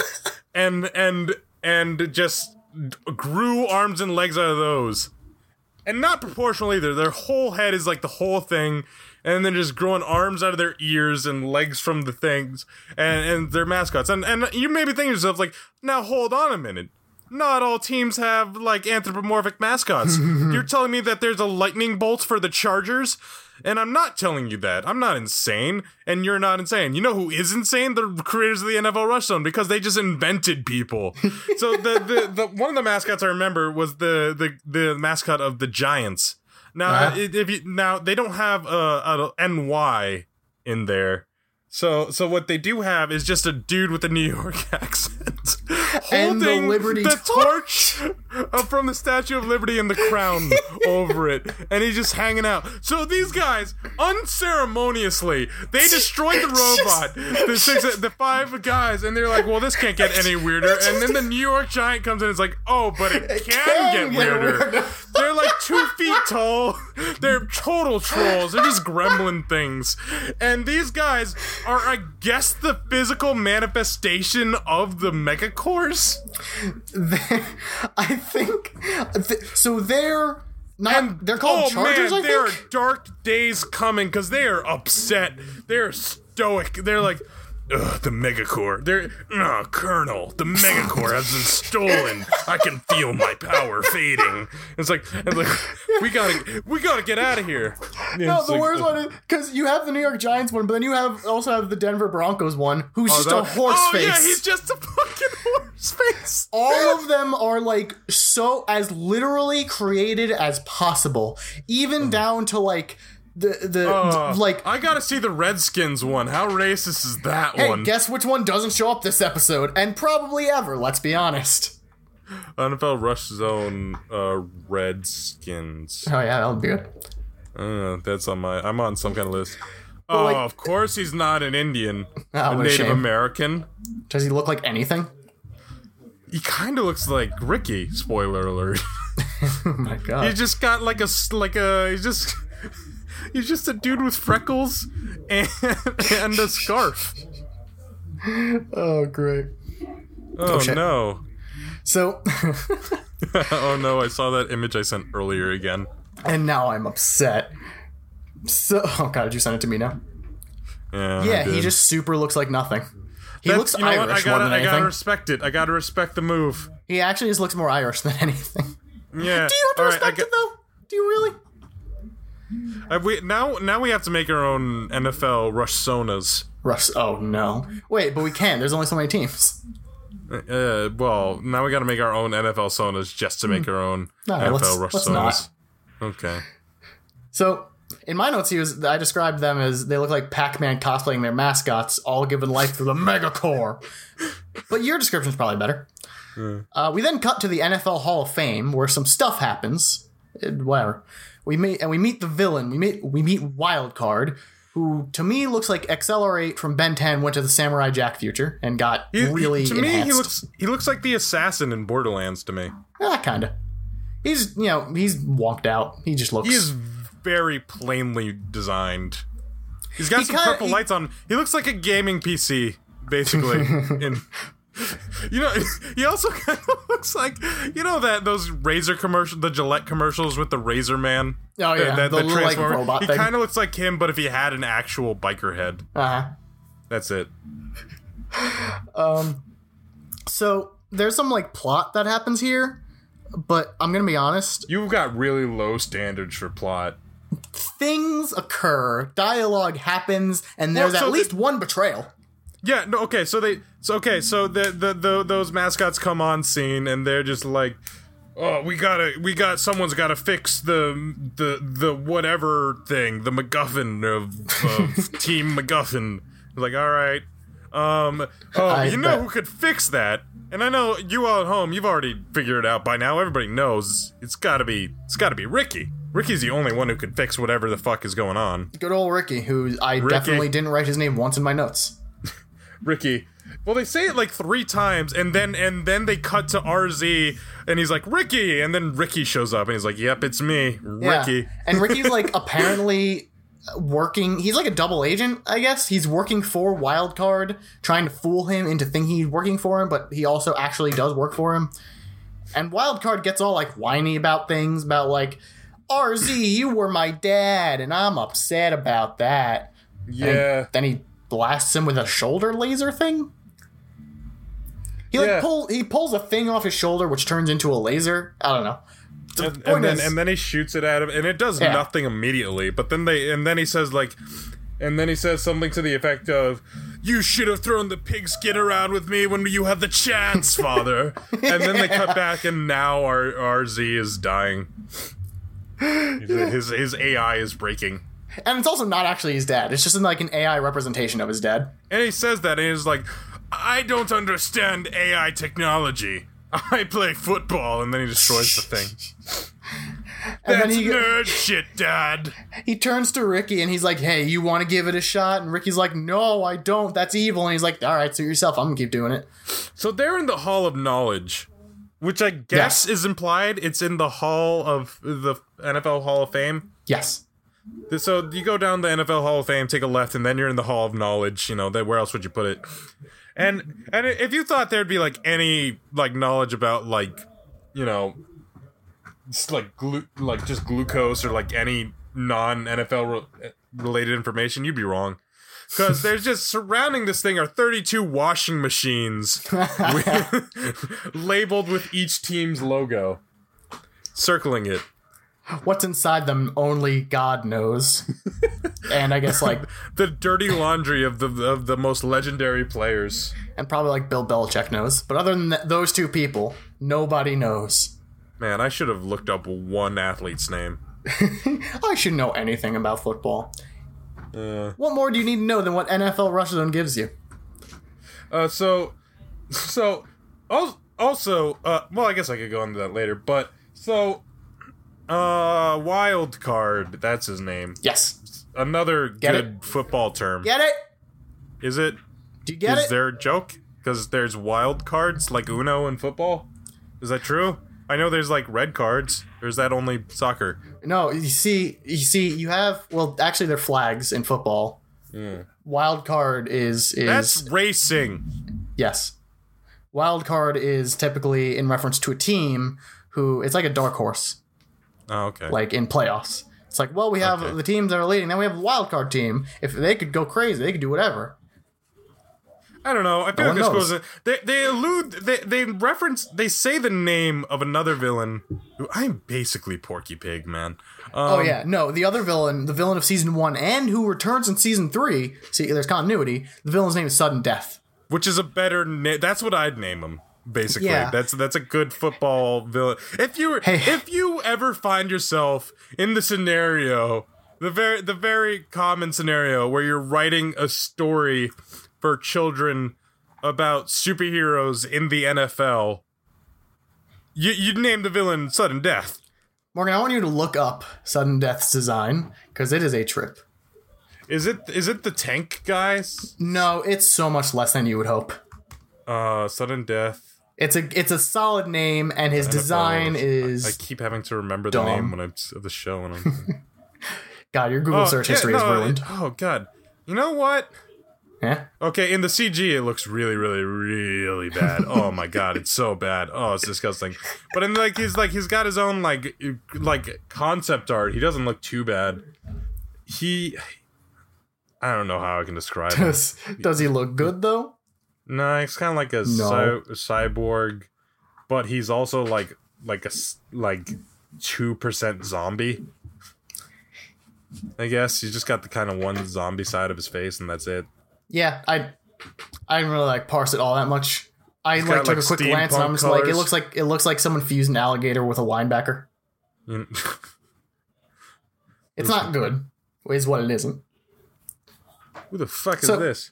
Speaker 2: and and and just grew arms and legs out of those and not proportional either their whole head is like the whole thing and then just growing arms out of their ears and legs from the things and and their mascots and and you may be thinking to yourself like now hold on a minute not all teams have like anthropomorphic mascots. You're telling me that there's a lightning bolt for the Chargers? And I'm not telling you that. I'm not insane, and you're not insane. You know who is insane? The creators of the NFL Rush Zone because they just invented people. so the, the the one of the mascots I remember was the the the mascot of the Giants. Now
Speaker 3: Uh-huh.
Speaker 2: it- if you now they don't have a, a NY in there. So, so what they do have is just a dude with a New York accent
Speaker 3: And the
Speaker 2: holding
Speaker 3: Liberty
Speaker 2: the torch uh, from the Statue of Liberty and the crown over it, and he's just hanging out. So these guys unceremoniously they destroyed the robot, the six, the five guys, and they're like, "Well, this can't get any weirder." And then the New York Giant comes in, and is like, "Oh, but it can,
Speaker 3: can
Speaker 2: get,
Speaker 3: get
Speaker 2: weirder."
Speaker 3: weirder.
Speaker 2: They're like two feet tall. They're total trolls. They're just gremlin things. And these guys are, I guess, the physical manifestation of the mega course.
Speaker 3: They're- I think th- so. They're not. they're
Speaker 2: oh
Speaker 3: called Chargers.
Speaker 2: man,
Speaker 3: I
Speaker 2: there
Speaker 3: think.
Speaker 2: are dark days coming because they are upset. They're stoic. They're like. Ugh, the Megacore. They're ugh, Colonel. The Megacore has been stolen. I can feel my power fading. It's like, it's like we gotta, we gotta get out of here.
Speaker 3: No, the worst one is because you have the New York Giants one, but then you have also have the Denver Broncos one, who's just a horse
Speaker 2: oh,
Speaker 3: face.
Speaker 2: yeah, he's just a fucking horse face.
Speaker 3: all of them are like so as literally created as possible, even down to like the the
Speaker 2: Mm. Uh,
Speaker 3: like.
Speaker 2: I gotta see the Redskins one. How racist is that
Speaker 3: Hey,
Speaker 2: one?
Speaker 3: guess which one doesn't show up this episode, and probably ever. Let's be honest.
Speaker 2: NFL Rush Zone uh, Redskins.
Speaker 3: Oh yeah, that'll be good.
Speaker 2: Uh, that's on my. I'm on some kind of list. Oh,
Speaker 3: like-
Speaker 2: of course he's not an Indian, a
Speaker 3: Ah, what a
Speaker 2: Native
Speaker 3: shame.
Speaker 2: American.
Speaker 3: Does he look like anything?
Speaker 2: He kind of looks like Ricky. Spoiler alert.
Speaker 3: Oh my god.
Speaker 2: He just got like a s- like a he's just he's just a dude with freckles and and a scarf.
Speaker 3: oh great.
Speaker 2: Oh,
Speaker 3: shit.
Speaker 2: no!
Speaker 3: So,
Speaker 2: oh no! I saw that image I sent earlier again.
Speaker 3: and now I'm upset. So, oh god, did you send it to me now?
Speaker 2: Yeah, I
Speaker 3: Yeah, he
Speaker 2: did.
Speaker 3: just super looks like nothing. He
Speaker 2: That's-
Speaker 3: looks
Speaker 2: you know
Speaker 3: Irish
Speaker 2: what? I
Speaker 3: more
Speaker 2: gotta
Speaker 3: than
Speaker 2: I gotta
Speaker 3: anything.
Speaker 2: respect it. I gotta respect the move.
Speaker 3: he actually just looks more Irish than anything.
Speaker 2: Yeah.
Speaker 3: Do you have to
Speaker 2: All right, I
Speaker 3: respect
Speaker 2: ga-
Speaker 3: it though? Do you really?
Speaker 2: Uh, we now now we have to make our own NFL rush sonas.
Speaker 3: Russ. Oh no. Wait, but we can. There's only so many teams.
Speaker 2: Uh, well, now we got to make our own NFL sonas just to make our own
Speaker 3: No,
Speaker 2: NFL
Speaker 3: Hmm. let's-
Speaker 2: rush
Speaker 3: let's
Speaker 2: sonas.
Speaker 3: not.
Speaker 2: Okay.
Speaker 3: So in my notes, he was. I described them as they look like Pac-Man cosplaying their mascots, all given life through the Megacore. But your description's probably better.
Speaker 2: Hmm.
Speaker 3: Uh, we then cut to the NFL Hall of Fame, where some stuff happens. Eh, Whatever. We meet and we meet the villain. We meet we meet Wildcard, who to me looks like XL8 from Ben 10 went to the Samurai Jack future and got
Speaker 2: He-
Speaker 3: really
Speaker 2: to me,
Speaker 3: enhanced.
Speaker 2: he looks he looks like the assassin in Borderlands to me.
Speaker 3: Ah, kinda. He's you know he's walked out. He just looks.
Speaker 2: He is very plainly designed. He's got
Speaker 3: He
Speaker 2: some
Speaker 3: kinda-
Speaker 2: purple
Speaker 3: he-
Speaker 2: lights on. He looks like a gaming PC, basically. in you know, he also kind of looks like you know that those razor commercial, the Gillette commercials with the razor man.
Speaker 3: Oh, yeah,
Speaker 2: that,
Speaker 3: the little, like, robot
Speaker 2: he
Speaker 3: thing.
Speaker 2: kind of looks like him, but if he had an actual biker head,
Speaker 3: uh-huh.
Speaker 2: that's it.
Speaker 3: So there's some like plot that happens here, but I'm gonna be honest.
Speaker 2: You've got really low standards for plot.
Speaker 3: things occur, dialogue happens, and there's
Speaker 2: Well, so
Speaker 3: at
Speaker 2: the-
Speaker 3: least one betrayal.
Speaker 2: Yeah, no, okay, so they, so okay, so the, the the those mascots come on scene and they're just like, oh, we gotta, we got someone's gotta fix the the the whatever thing, the MacGuffin of, of Team MacGuffin. Like, all right, um, oh,
Speaker 3: I
Speaker 2: you know
Speaker 3: bet.
Speaker 2: who could fix that? And I know you all at home, you've already figured it out by now. Everybody knows it's gotta be, it's gotta be Ricky. Ricky's the only one who could fix whatever the fuck is going on.
Speaker 3: Good old Ricky, who I definitely didn't write his name once in my notes.
Speaker 2: Ricky. Well, they say it like three times, and then and then they cut to RZ, and he's like Ricky, and then Ricky shows up, and he's like, "Yep, it's me,
Speaker 3: Yeah.
Speaker 2: Ricky."
Speaker 3: and Ricky's like apparently working. He's like a double agent, I guess. He's working for Wildcard, trying to fool him into thinking he's working for him, but he also actually does work for him. And Wildcard gets all like whiny about things, about like, RZ, you were my dad, and I'm upset about that. And then he blasts him with a shoulder laser thing. He like
Speaker 2: Yeah.
Speaker 3: pull he pulls a thing off his shoulder, which turns into a laser. I don't know. The
Speaker 2: And,
Speaker 3: point
Speaker 2: and then
Speaker 3: is-
Speaker 2: and then he shoots it at him, and it does
Speaker 3: Yeah.
Speaker 2: nothing immediately. But then they and then he says like, and then he says something to the effect of, "You should have thrown the pigskin around with me when you had the chance, father." and then they cut back, and now our RZ is dying. His his AI is breaking.
Speaker 3: And it's also not actually his dad. It's just in like an AI representation of his dad.
Speaker 2: And he says that, and he's like, I don't understand AI technology. I play football, and then he destroys the thing.
Speaker 3: And
Speaker 2: That's
Speaker 3: then he
Speaker 2: nerd shit, Dad.
Speaker 3: he turns to Ricky and he's like, "Hey, you want to give it a shot?" And Ricky's like, "No, I don't. That's evil." And he's like, "All right, suit yourself. I'm gonna keep doing it."
Speaker 2: So they're in the Hall of Knowledge, which I guess is implied. It's in the Hall of the NFL Hall of Fame.
Speaker 3: Yes.
Speaker 2: So you go down the NFL Hall of Fame, take a left, and then you're in the Hall of Knowledge. You know, that where else would you put it? And and if you thought there'd be like any like knowledge about like you know it's like glu- like just glucose or like any non NFL re- related information, you'd be wrong. Because there's just surrounding this thing are 32 washing machines with- labeled with each team's logo, circling it.
Speaker 3: What's inside them? Only God knows. and I guess like,
Speaker 2: the dirty laundry of the of the most legendary players.
Speaker 3: and probably like Bill Belichick knows. But other than th- those two people, nobody knows.
Speaker 2: Man, I should have looked up one athlete's name.
Speaker 3: I should know anything about football. what more do you need to know than what NFL Rush Zone gives you?
Speaker 2: Uh, so, so al- also, uh, well, I guess I could go into that later. But so, uh, wild card. That's his name.
Speaker 3: Yes.
Speaker 2: Another good
Speaker 3: it?
Speaker 2: football term.
Speaker 3: Get it?
Speaker 2: Is it?
Speaker 3: Do you
Speaker 2: Is
Speaker 3: get it?
Speaker 2: there a joke? Because there's wild cards like Uno in football. Is that true? I know there's like red cards, or is that only soccer?
Speaker 3: No, you see, you see, you have. Well, actually, they're flags in football. Wild card is is
Speaker 2: That's racing.
Speaker 3: yes. Wild card is typically in reference to a team who it's like a dark horse,
Speaker 2: Oh, okay.
Speaker 3: like in playoffs. It's like, well, we have
Speaker 2: Okay.
Speaker 3: the teams that are leading, then we have a wild card team. If they could go crazy, they could do whatever.
Speaker 2: I don't know. I feel
Speaker 3: one
Speaker 2: like this
Speaker 3: knows.
Speaker 2: goes. In, they they allude. They they reference. They say the name of another villain. who- I'm basically Porky Pig, man. Um,
Speaker 3: oh yeah, no, the other villain, the villain of season one, and who returns in season three. See, there's continuity. The villain's name is Sudden Death.
Speaker 2: which is a better name. That's what I'd name him. Basically,
Speaker 3: Yeah.
Speaker 2: that's that's a good football villain. If you
Speaker 3: Hey.
Speaker 2: if you ever find yourself in the scenario, the very the very common scenario where you're writing a story for children about superheroes in the NFL, you you'd name the villain sudden death.
Speaker 3: Morgan, I want you to look up Sudden Death's design because it is a trip.
Speaker 2: Is it is it the tank guys?
Speaker 3: No, it's so much less than you would hope.
Speaker 2: Uh, sudden death.
Speaker 3: It's a it's a solid name, and his design
Speaker 2: I- I
Speaker 3: is
Speaker 2: keep having to remember
Speaker 3: dumb.
Speaker 2: the name when I'm of the show when I'm.
Speaker 3: God. Your Google
Speaker 2: Oh,
Speaker 3: search
Speaker 2: yeah,
Speaker 3: history
Speaker 2: no,
Speaker 3: is ruined.
Speaker 2: it- oh god. You know what?
Speaker 3: Yeah,
Speaker 2: Okay, in the CG it looks really, really, really bad. Oh my god, it's so bad. Oh, it's disgusting. But in like he's like he's got his own like like concept art. He doesn't look too bad. He, I don't know how I can describe him.
Speaker 3: does does he look good though?
Speaker 2: No, it's kind of like a
Speaker 3: No.
Speaker 2: cy- cyborg, but he's also like like a s- like two percent zombie. I guess he's just got the kind of one zombie side of his face, and that's it.
Speaker 3: Yeah, I I didn't really like parse it all that much. I
Speaker 2: got,
Speaker 3: like took
Speaker 2: like,
Speaker 3: a quick glance and
Speaker 2: steampunk
Speaker 3: I'm just like,
Speaker 2: colours.
Speaker 3: it looks like it looks like someone fused an alligator with a linebacker.
Speaker 2: You-
Speaker 3: It's not good, is what it isn't.
Speaker 2: Who the fuck is
Speaker 3: So-
Speaker 2: this?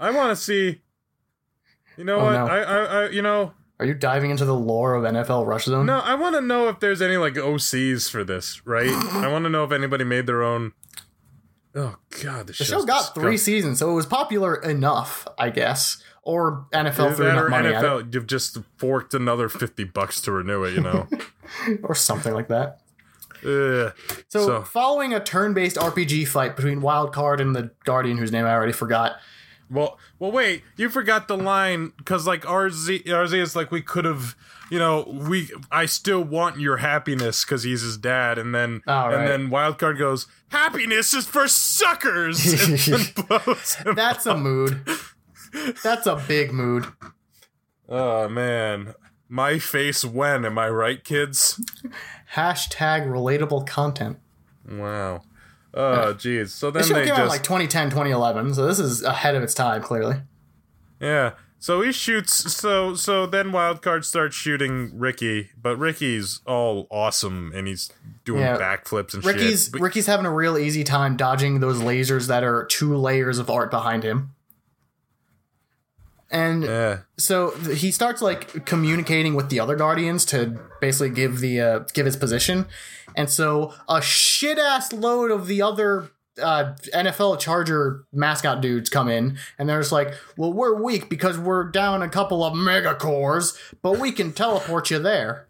Speaker 2: I want to see. You know
Speaker 3: Oh,
Speaker 2: what?
Speaker 3: no.
Speaker 2: I, I, I, you know,
Speaker 3: Are you diving into the lore of NFL Rush Zone?
Speaker 2: no. I want to know if there's any like OCs for this, right? I want to know if anybody made their own. Oh god, the,
Speaker 3: the show got three seasons, so it was popular enough, I guess. Or NFL threw
Speaker 2: That
Speaker 3: enough
Speaker 2: or
Speaker 3: money at
Speaker 2: NFL, you've just forked another fifty bucks to renew it. You know.
Speaker 3: it, or something like that.
Speaker 2: Ugh.
Speaker 3: So,
Speaker 2: So-
Speaker 3: following a turn-based RPG fight between Wildcard and the Guardian, whose name I already forgot,
Speaker 2: Well, well, wait. You forgot the line because, like, RZ, RZ is like, we could have, you know, we. I still want your happiness because he's his dad, and then,
Speaker 3: Oh, right.
Speaker 2: and then Wildcard goes, happiness is for suckers. and then blows him.
Speaker 3: that's a mood. That's a big mood.
Speaker 2: Oh man, my face. When am I right, kids?
Speaker 3: Hashtag relatable content.
Speaker 2: Wow. Oh jeez. So then
Speaker 3: This show
Speaker 2: they
Speaker 3: came
Speaker 2: just
Speaker 3: out in like 2010, 2011, so this is ahead of its time, clearly.
Speaker 2: yeah. So he shoots. So so then Wildcard starts shooting Ricky, but Ricky's all awesome and he's doing
Speaker 3: Yeah.
Speaker 2: backflips and
Speaker 3: Ricky's
Speaker 2: shit. But-
Speaker 3: Ricky's having a real easy time dodging those lasers that are two layers of art behind him. And
Speaker 2: yeah.
Speaker 3: so th- he starts like communicating with the other guardians to basically give the uh, give his position and so a shit ass load of the other uh, NFL Charger mascot dudes come in and they're just like, "Well, we're weak because we're down a couple of mega cores, but we can teleport you there."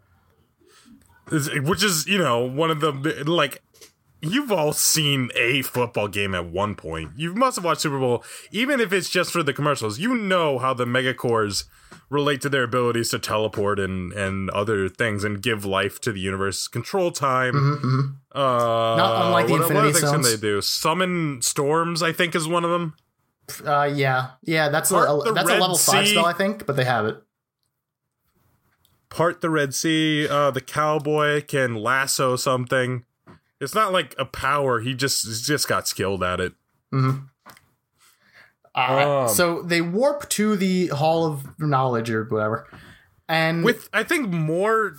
Speaker 2: Is- which is you know one of the like you've all seen a football game at one point you must have watched super bowl even if it's just for the commercials you know how the megacores relate to their abilities to teleport and and other things and give life to the universe control time uh
Speaker 3: Mm-hmm, Not unlike the
Speaker 2: what, what
Speaker 3: Infinity
Speaker 2: other things can
Speaker 3: Stones.
Speaker 2: they do summon storms i think is one of them
Speaker 3: Uh, yeah, yeah, that's a,
Speaker 2: Part
Speaker 3: a-
Speaker 2: the
Speaker 3: that's a
Speaker 2: Red
Speaker 3: level five
Speaker 2: Sea.
Speaker 3: spell, I think, but they have it.
Speaker 2: part the red sea uh the cowboy can lasso something it's not like a power he just he's just got skilled at it
Speaker 3: Uh,
Speaker 2: Um.
Speaker 3: so they warp to the Hall of Knowledge or whatever, and
Speaker 2: with I think more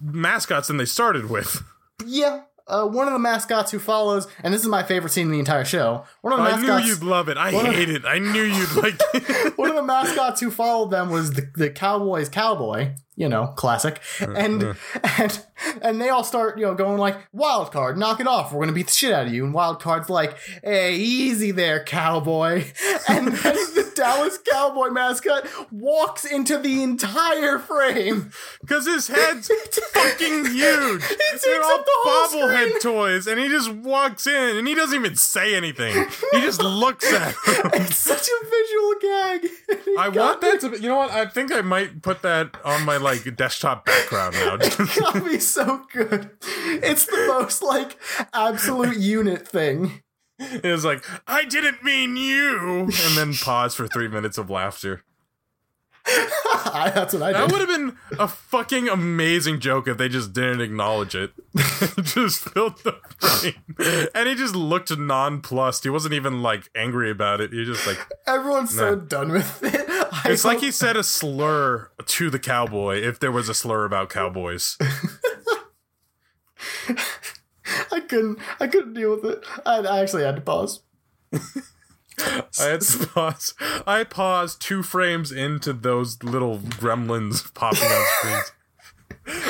Speaker 2: mascots than they started with.
Speaker 3: Yeah. Uh, one of the mascots who follows, and this is my favorite scene in the entire show. One of the
Speaker 2: I knew
Speaker 3: mascots,
Speaker 2: you'd love it. I
Speaker 3: What a-
Speaker 2: hate it. I knew you'd like it.
Speaker 3: one of the mascots who followed them was the, the Cowboys cowboy, you know, classic.
Speaker 2: Uh,
Speaker 3: And and and they all start, you know, going like, "Wild card, knock it off. We're gonna beat the shit out of you." And Wild card's like, "Hey, easy there, cowboy." And then the Dallas Cowboy mascot walks into the entire frame.
Speaker 2: because his head's fucking huge.
Speaker 3: takes
Speaker 2: They're all
Speaker 3: up the whole
Speaker 2: bobblehead
Speaker 3: screen.
Speaker 2: toys, and he just walks in, and he doesn't even say anything. He just looks at. Him.
Speaker 3: It's such a visual gag.
Speaker 2: I want that to. be- You know what? I think I might put that on my like desktop background now.
Speaker 3: gotta be so good. It's the most like absolute unit thing.
Speaker 2: it was like I didn't mean you, and then pause for three minutes of laughter.
Speaker 3: I, that's what I
Speaker 2: That
Speaker 3: did.
Speaker 2: would have been a fucking amazing joke if they just didn't acknowledge it. just filled the frame. And he just looked nonplussed. He wasn't even like angry about it. He just like
Speaker 3: Everyone's so done with it. I
Speaker 2: it's like
Speaker 3: hope-
Speaker 2: he said a slur to the cowboy if there was a slur about cowboys.
Speaker 3: I couldn't. I couldn't deal with it. I, I actually had to pause.
Speaker 2: I had to pause. I paused two frames into those little gremlins popping on screens.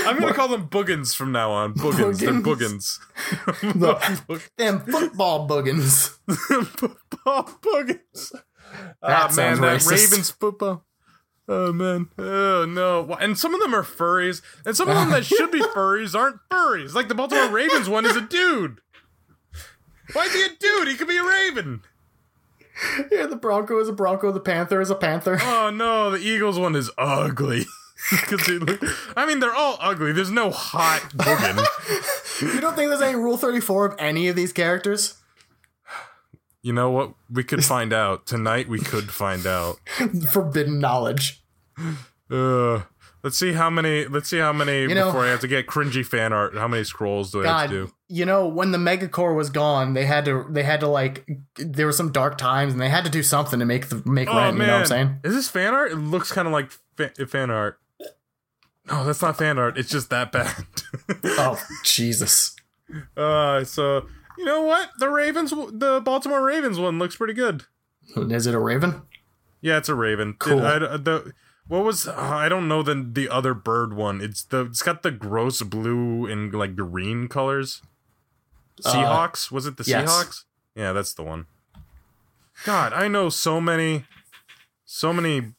Speaker 2: I'm gonna call them boogans from now on. Boogans.
Speaker 3: Boogans.
Speaker 2: They're boogans.
Speaker 3: Them football boogans.
Speaker 2: football boogers. Ah,
Speaker 3: That
Speaker 2: man,
Speaker 3: sounds
Speaker 2: that
Speaker 3: racist.
Speaker 2: Ravens football. Oh man, oh no! Why- And some of them are furries, and some of them that should be furries aren't furries. Like the Baltimore Ravens one is a dude. Why is he a dude? He could be a raven.
Speaker 3: Yeah, the Bronco is a Bronco. The Panther is a Panther.
Speaker 2: Oh no, the Eagles one is ugly. 'Cause they look- I mean, they're all ugly. There's no hot boogan.
Speaker 3: You don't think there's any Rule Thirty Four of any of these characters?
Speaker 2: you know what? We could find out tonight. We could find out.
Speaker 3: Forbidden knowledge.
Speaker 2: Uh, Let's see how many. Let's see how many
Speaker 3: You know-
Speaker 2: before I have to get cringy fan art. How many scrolls do I have
Speaker 3: God,
Speaker 2: to do?
Speaker 3: you know when the megacore was gone, they had to they had to like there were some dark times, and they had to do something to make the make
Speaker 2: Oh
Speaker 3: rent.
Speaker 2: man,
Speaker 3: You know what I'm saying?
Speaker 2: is this fan art? It looks kind of like fa- fan art. No, that's not fan art. It's just that bad.
Speaker 3: Oh Jesus!
Speaker 2: uh, so you know what? The Ravens, the Baltimore Ravens one looks pretty good.
Speaker 3: Is it a raven?
Speaker 2: Yeah, it's a raven. It-
Speaker 3: Cool.
Speaker 2: I, the, what was uh, I don't know the the other bird one. It's the it's got the gross blue and like green colors. Seahawks was it the
Speaker 3: Uh, yes.
Speaker 2: Seahawks? Yeah, that's the one. God, I know so many, so many.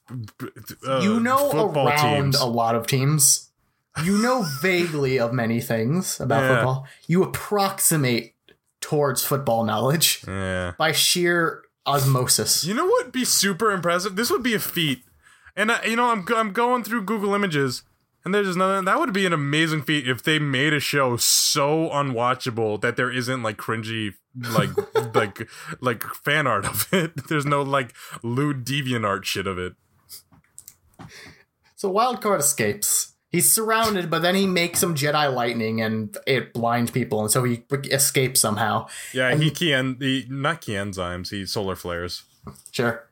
Speaker 2: Uh,
Speaker 3: you know
Speaker 2: football
Speaker 3: around
Speaker 2: teams.
Speaker 3: a lot of teams. You know vaguely of many things about
Speaker 2: Yeah.
Speaker 3: football. You approximate towards football knowledge
Speaker 2: yeah.
Speaker 3: by sheer osmosis.
Speaker 2: Mm. You know what would be super impressive? This would be a feat. And I, you know, I'm go- I'm going through Google Images, and there's another. That would be an amazing feat if they made a show so unwatchable that there isn't like cringy, like like like fan art of it. There's no like lewd deviant art shit of it.
Speaker 3: So Wildcard escapes. He's surrounded, but then he makes some Jedi lightning and it blinds people, and so he escapes somehow.
Speaker 2: Yeah, he can the not key enzymes. He solar flares.
Speaker 3: Sure.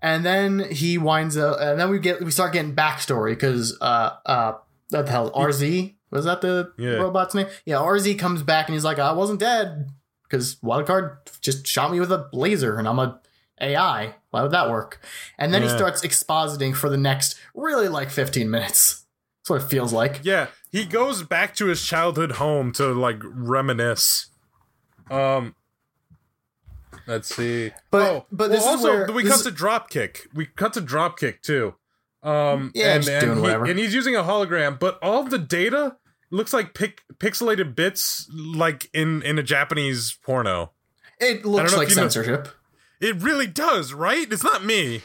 Speaker 3: And then he winds up, and then we get we start getting backstory because uh uh what the hell RZ was that the
Speaker 2: Yeah.
Speaker 3: robot's name? Yeah, RZ comes back and he's like, I wasn't dead because Wildcard just shot me with a laser, and I'm a AI. Why would that work? And then he
Speaker 2: Yeah.
Speaker 3: starts expositing for the next really like 15 minutes. That's what it feels like.
Speaker 2: Yeah, he goes back to his childhood home to like reminisce. Um, let's see. Oh,
Speaker 3: But- but this is
Speaker 2: also
Speaker 3: where-
Speaker 2: we
Speaker 3: this
Speaker 2: cut
Speaker 3: is-
Speaker 2: to drop kick. We cut to drop kick too. Um,
Speaker 3: Yeah,
Speaker 2: and,
Speaker 3: just
Speaker 2: and
Speaker 3: doing
Speaker 2: he-
Speaker 3: whatever.
Speaker 2: and he's using a hologram, but all the data looks like pic- pixelated bits, like in in a Japanese porno.
Speaker 3: It looks
Speaker 2: know if
Speaker 3: like
Speaker 2: you know-
Speaker 3: censorship.
Speaker 2: It really does, right? It's not me.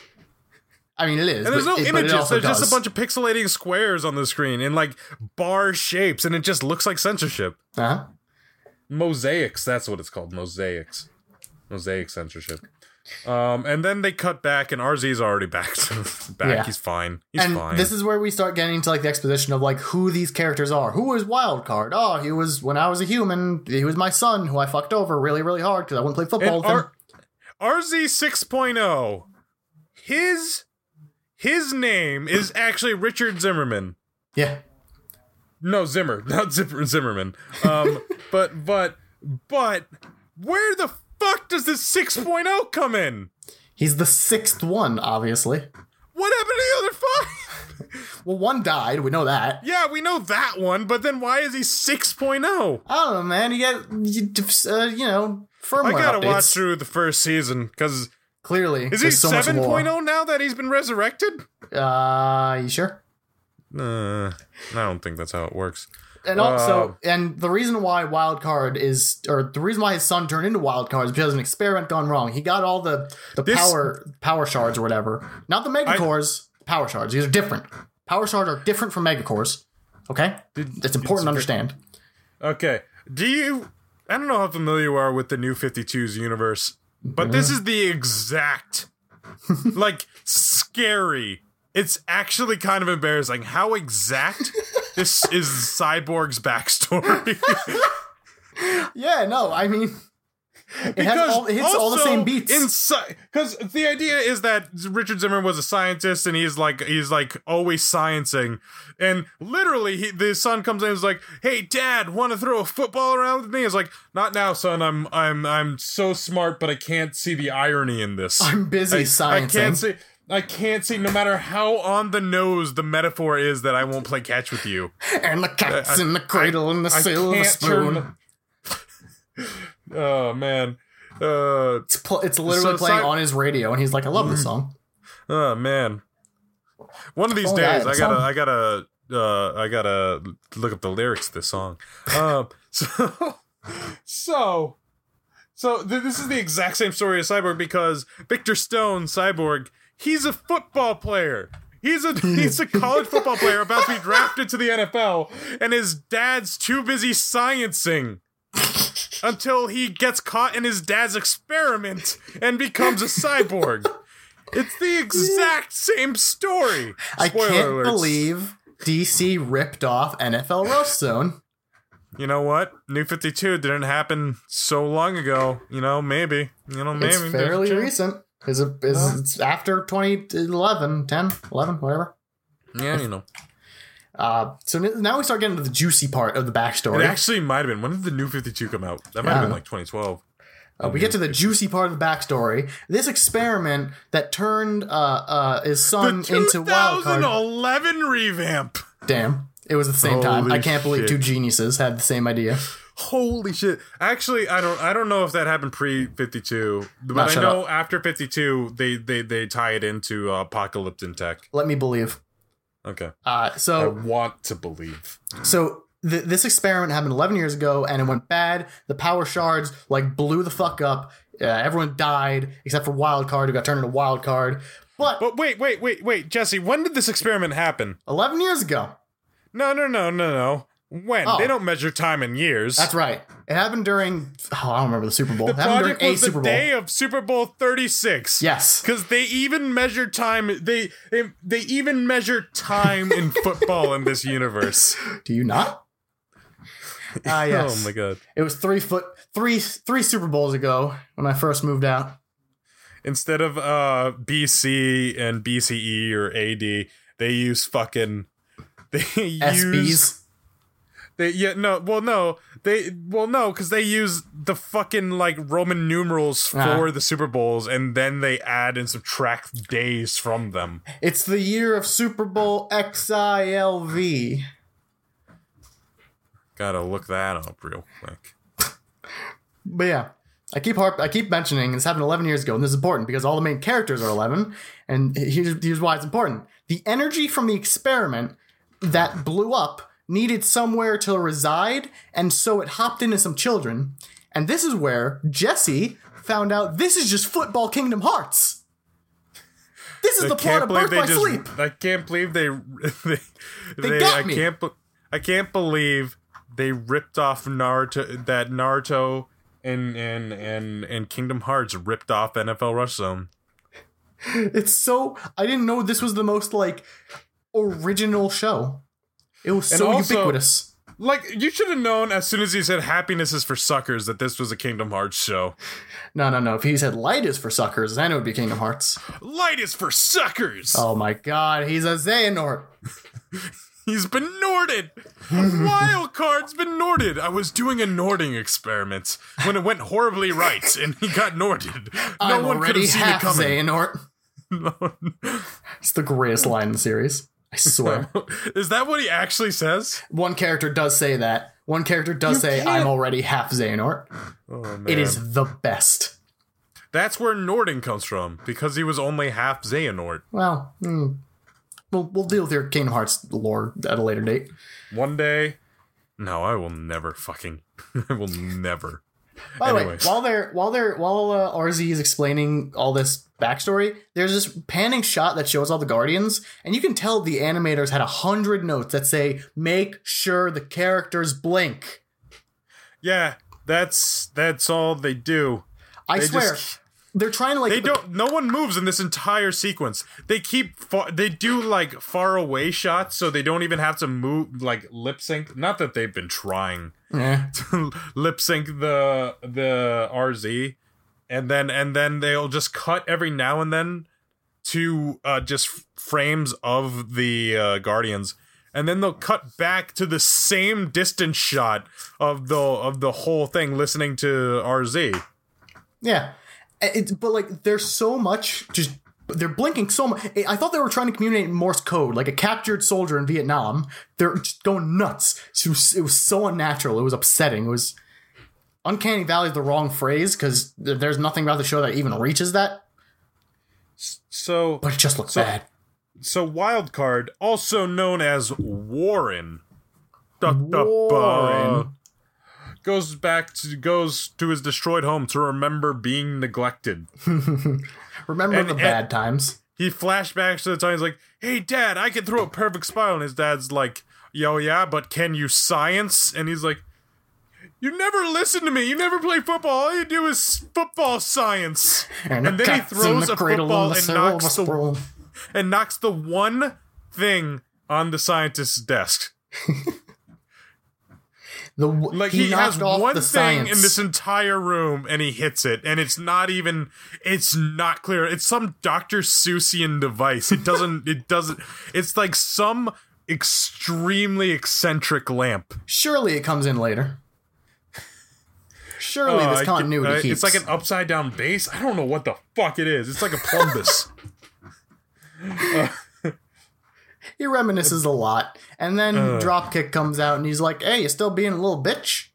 Speaker 3: I mean, it is.
Speaker 2: And there's
Speaker 3: but
Speaker 2: no
Speaker 3: it, but it
Speaker 2: images.
Speaker 3: also
Speaker 2: There's
Speaker 3: does.
Speaker 2: just a bunch of pixelating squares on the screen in like bar shapes, and it just looks like censorship.
Speaker 3: Uh-huh.
Speaker 2: mosaics that's what it's called mosaics mosaic censorship um and then they cut back and rz's already back back
Speaker 3: Yeah.
Speaker 2: he's fine he's
Speaker 3: and
Speaker 2: fine
Speaker 3: this is where we start getting into like the exposition of like who these characters are. Who was Wildcard? Oh, he was when I was a human. He was my son who I fucked over really, really hard because I wouldn't play football.
Speaker 2: and
Speaker 3: With him.
Speaker 2: R- rz 6.0 oh. his his name is actually richard zimmerman
Speaker 3: yeah,
Speaker 2: no zimmer not Zipper, zimmerman um but but but where the fuck does this 6.0 come in
Speaker 3: he's the sixth one, obviously.
Speaker 2: what happened to the other five
Speaker 3: Well, one died. We know that.
Speaker 2: yeah we know that one but then why is he oh? 6.0
Speaker 3: I don't know, man. You get you, uh, you know firmware
Speaker 2: I gotta
Speaker 3: updates.
Speaker 2: watch through the first season because
Speaker 3: Clearly,
Speaker 2: is he
Speaker 3: there's so much
Speaker 2: seven oh?
Speaker 3: lore.
Speaker 2: now that he's been resurrected?
Speaker 3: Uh, you sure?
Speaker 2: Uh, I don't think that's how it works.
Speaker 3: And also, and the reason why Wildcard is, or the reason why his son turned into Wildcard is because an experiment gone wrong. He got all the the
Speaker 2: This-
Speaker 3: power power shards or whatever, not the megacores. power shards. These are different. Power shards are different from megacores. Okay, it's important to understand.
Speaker 2: Okay, do you? I don't know how familiar you are with the New Fifty Two's universe, but this
Speaker 3: Mhm.
Speaker 2: is the exact, like, scary. It's actually kind of embarrassing how exact this is Cyborg's backstory.
Speaker 3: Yeah, no, I mean, it has all, it hits all the
Speaker 2: also
Speaker 3: same beats.
Speaker 2: Inside, because the idea is that Richard Zimmerman was a scientist, and he's like he's like always sciencing, and literally he, the son comes in and is like, "Hey, Dad, want to throw a football around with me?" He's like, "Not now, son. I'm I'm I'm so smart, but I can't see the irony in this.
Speaker 3: I'm busy
Speaker 2: I
Speaker 3: sciencing.
Speaker 2: can't see." I can't see, no matter how on the nose the metaphor is, that I won't play catch with you.
Speaker 3: and the cat's in the cradle and the
Speaker 2: I
Speaker 3: silver
Speaker 2: can't turn
Speaker 3: spoon.
Speaker 2: the- oh man, uh,
Speaker 3: It's, pl- it's literally
Speaker 2: So Mm.
Speaker 3: playing
Speaker 2: Cy-
Speaker 3: on his radio, and he's like, "I love this song."
Speaker 2: Oh man. One of these
Speaker 3: Oh,
Speaker 2: days
Speaker 3: yeah,
Speaker 2: I
Speaker 3: it's
Speaker 2: gotta
Speaker 3: on.
Speaker 2: I gotta uh I gotta look up the lyrics to this song. Um so so so th- this is the exact same story as Cyborg because Victor Stone, Cyborg, he's a football player. He's a he's a college football player about to be drafted to the NFL, and his dad's too busy sciencing until he gets caught in his dad's experiment and becomes a cyborg. It's the exact same story.
Speaker 3: I
Speaker 2: Spoiler
Speaker 3: can't
Speaker 2: alerts.
Speaker 3: believe DC ripped off NFL Roast Zone.
Speaker 2: You know what? New 52 didn't happen so long ago. You know, maybe. You know, maybe.
Speaker 3: it's fairly recent. Is it is
Speaker 2: Oh.
Speaker 3: it's after 2011, 10, 11, whatever.
Speaker 2: Yeah, you know.
Speaker 3: Uh, so n- now we start getting to the juicy part of the
Speaker 2: It
Speaker 3: backstory.
Speaker 2: actually might have been. When did the new 52 come out? That might
Speaker 3: Yeah.
Speaker 2: have been like 2012.
Speaker 3: Uh, we get to the juicy part of the backstory. This experiment that turned uh, uh, his son
Speaker 2: the
Speaker 3: into wildcard.
Speaker 2: 2011 revamp.
Speaker 3: Damn, it was at the same time.
Speaker 2: Holy
Speaker 3: I can't believe
Speaker 2: shit.
Speaker 3: two geniuses had the same idea.
Speaker 2: Holy shit! Actually, I don't. I don't know if that happened pre fifty two, but I
Speaker 3: shut
Speaker 2: know after fifty two, they they they tie it into uh, apocalypse and tech.
Speaker 3: Let me believe.
Speaker 2: Okay,
Speaker 3: Uh,
Speaker 2: I
Speaker 3: so
Speaker 2: want to believe.
Speaker 3: so. Th- this experiment happened 11 years ago and it went bad. The power shards like blew the fuck up. Uh, everyone died except for Wildcard, who got turned into Wildcard. But
Speaker 2: But wait, wait, wait, wait, Jesse. When did this experiment happen?
Speaker 3: 11 years ago.
Speaker 2: No, no, no, no, no. When
Speaker 3: Oh.
Speaker 2: they don't measure time in years.
Speaker 3: That's right. It happened during. Oh, I don't remember the Super Bowl.
Speaker 2: the
Speaker 3: it happened
Speaker 2: project
Speaker 3: during a
Speaker 2: was the
Speaker 3: Super Bowl.
Speaker 2: day of Super Bowl thirty six.
Speaker 3: yes.
Speaker 2: Because they even measure time, they, they they even measure time in football in this universe.
Speaker 3: Do you not? Ah, yes.
Speaker 2: Oh my god!
Speaker 3: It was three foot three three Super Bowls ago when I first moved out.
Speaker 2: instead of uh BC and BCE or AD, they use fucking they use
Speaker 3: SBs.
Speaker 2: they yeah no well no they well no because they use the fucking like Roman numerals for
Speaker 3: Ah.
Speaker 2: the Super Bowls and then they add and subtract days from them.
Speaker 3: It's the year of Super Bowl XILV.
Speaker 2: Gotta look that up real quick.
Speaker 3: But yeah, I keep harp. I keep mentioning this happened 11 years ago, and this is important because all the main characters are 11. And here's, here's why it's important: the energy from the experiment that blew up needed somewhere to reside, and so it hopped into some children. And this is where Jesse found out this is just football Kingdom Hearts. This is the plot of Birth by
Speaker 2: they just
Speaker 3: Sleep.
Speaker 2: I can't believe they they, they,
Speaker 3: got
Speaker 2: I
Speaker 3: me.
Speaker 2: can't be- I can't believe they ripped off Naruto that Naruto and and and and Kingdom Hearts ripped off NFL Rush Zone.
Speaker 3: It's so I didn't know this was the most like original show. It was
Speaker 2: And
Speaker 3: so
Speaker 2: also-
Speaker 3: ubiquitous.
Speaker 2: Like you should have known as soon as he said happiness is for suckers that this was a Kingdom Hearts show.
Speaker 3: No, no, no. If he said light is for suckers, then it would be Kingdom Hearts.
Speaker 2: Light is for suckers.
Speaker 3: Oh my god, he's a Xehanort.
Speaker 2: He's been Norded. Wild card's been Norded. I was doing a Nording experiment when it went horribly right, and he got Norded. No
Speaker 3: I'm
Speaker 2: one could
Speaker 3: already
Speaker 2: have seen it
Speaker 3: half
Speaker 2: coming.
Speaker 3: Xehanort. It's the greatest line in the series. I swear.
Speaker 2: Is that what he actually says?
Speaker 3: One character does say that. One character does say, I'm already half Xehanort.
Speaker 2: Oh man,
Speaker 3: It is the best.
Speaker 2: That's where Nording comes from because he was only half Xehanort.
Speaker 3: Well, hmm. we'll, we'll deal with your Kingdom Hearts lore at a later date.
Speaker 2: One day, no, I will never fucking, I will never.
Speaker 3: By the way,
Speaker 2: Anyways.
Speaker 3: while they're while they're while uh, RZ is explaining all this backstory, there's this panning shot that shows all the guardians, and you can tell the animators had a hundred notes that say, "Make sure the characters blink."
Speaker 2: Yeah, that's that's all they do.
Speaker 3: I
Speaker 2: They
Speaker 3: swear,
Speaker 2: just-
Speaker 3: they're trying to like
Speaker 2: They don't. No one moves in this entire sequence. They keep. Far, they do like far away shots, so they don't even have to move. Like lip sync. Not that they've been trying.
Speaker 3: Eh.
Speaker 2: lip sync the the RZ, and then and then they'll just cut every now and then to uh, just f- frames of the uh, Guardians, and then they'll cut back to the same distance shot of the of the whole thing listening to RZ.
Speaker 3: Yeah, A- Uh, it's but like there's so much just they're blinking so much. I thought they were trying to communicate in Morse code, like a captured soldier in Vietnam. They're just going nuts. It was, it was so unnatural. It was upsetting. It was uncanny valley is the wrong phrase because there's nothing about the show that even reaches that.
Speaker 2: So
Speaker 3: But it just looks
Speaker 2: So-
Speaker 3: bad.
Speaker 2: so Wildcard, also known as Warren, da, da, ba,
Speaker 3: Warren.
Speaker 2: goes back to goes to his destroyed home to remember being neglected.
Speaker 3: Remember
Speaker 2: and-
Speaker 3: the
Speaker 2: and-
Speaker 3: bad times.
Speaker 2: he flashbacks to the time he's like, "Hey, Dad, I can throw a perfect spiral," and his dad's like, "Yo, yeah, but can you science?" And he's like, "You never listen to me. You never play football. All you do is football science."
Speaker 3: And,
Speaker 2: And then he
Speaker 3: cats in
Speaker 2: throws
Speaker 3: the
Speaker 2: a
Speaker 3: cradle
Speaker 2: football
Speaker 3: in the
Speaker 2: and
Speaker 3: cell of
Speaker 2: knocks
Speaker 3: a
Speaker 2: the-
Speaker 3: squirrel.
Speaker 2: And knocks the one thing on the scientist's desk.
Speaker 3: The w-
Speaker 2: Like
Speaker 3: he,
Speaker 2: he,
Speaker 3: knocked
Speaker 2: has
Speaker 3: off
Speaker 2: one
Speaker 3: the
Speaker 2: thing
Speaker 3: science.
Speaker 2: in this entire room and he hits it, and it's not even it's not clear. It's some Dr. Seussian device. It doesn't it doesn't it's like some extremely eccentric lamp.
Speaker 3: Surely it comes in later. Surely
Speaker 2: Uh, I
Speaker 3: this
Speaker 2: get-
Speaker 3: continuity
Speaker 2: uh, It's
Speaker 3: keeps.
Speaker 2: like an upside down base. I don't know what the fuck it is. It's like a plumbus.
Speaker 3: he reminisces a lot, and then
Speaker 2: Uh.
Speaker 3: Dropkick comes out and he's like, "Hey, you're still being a little bitch."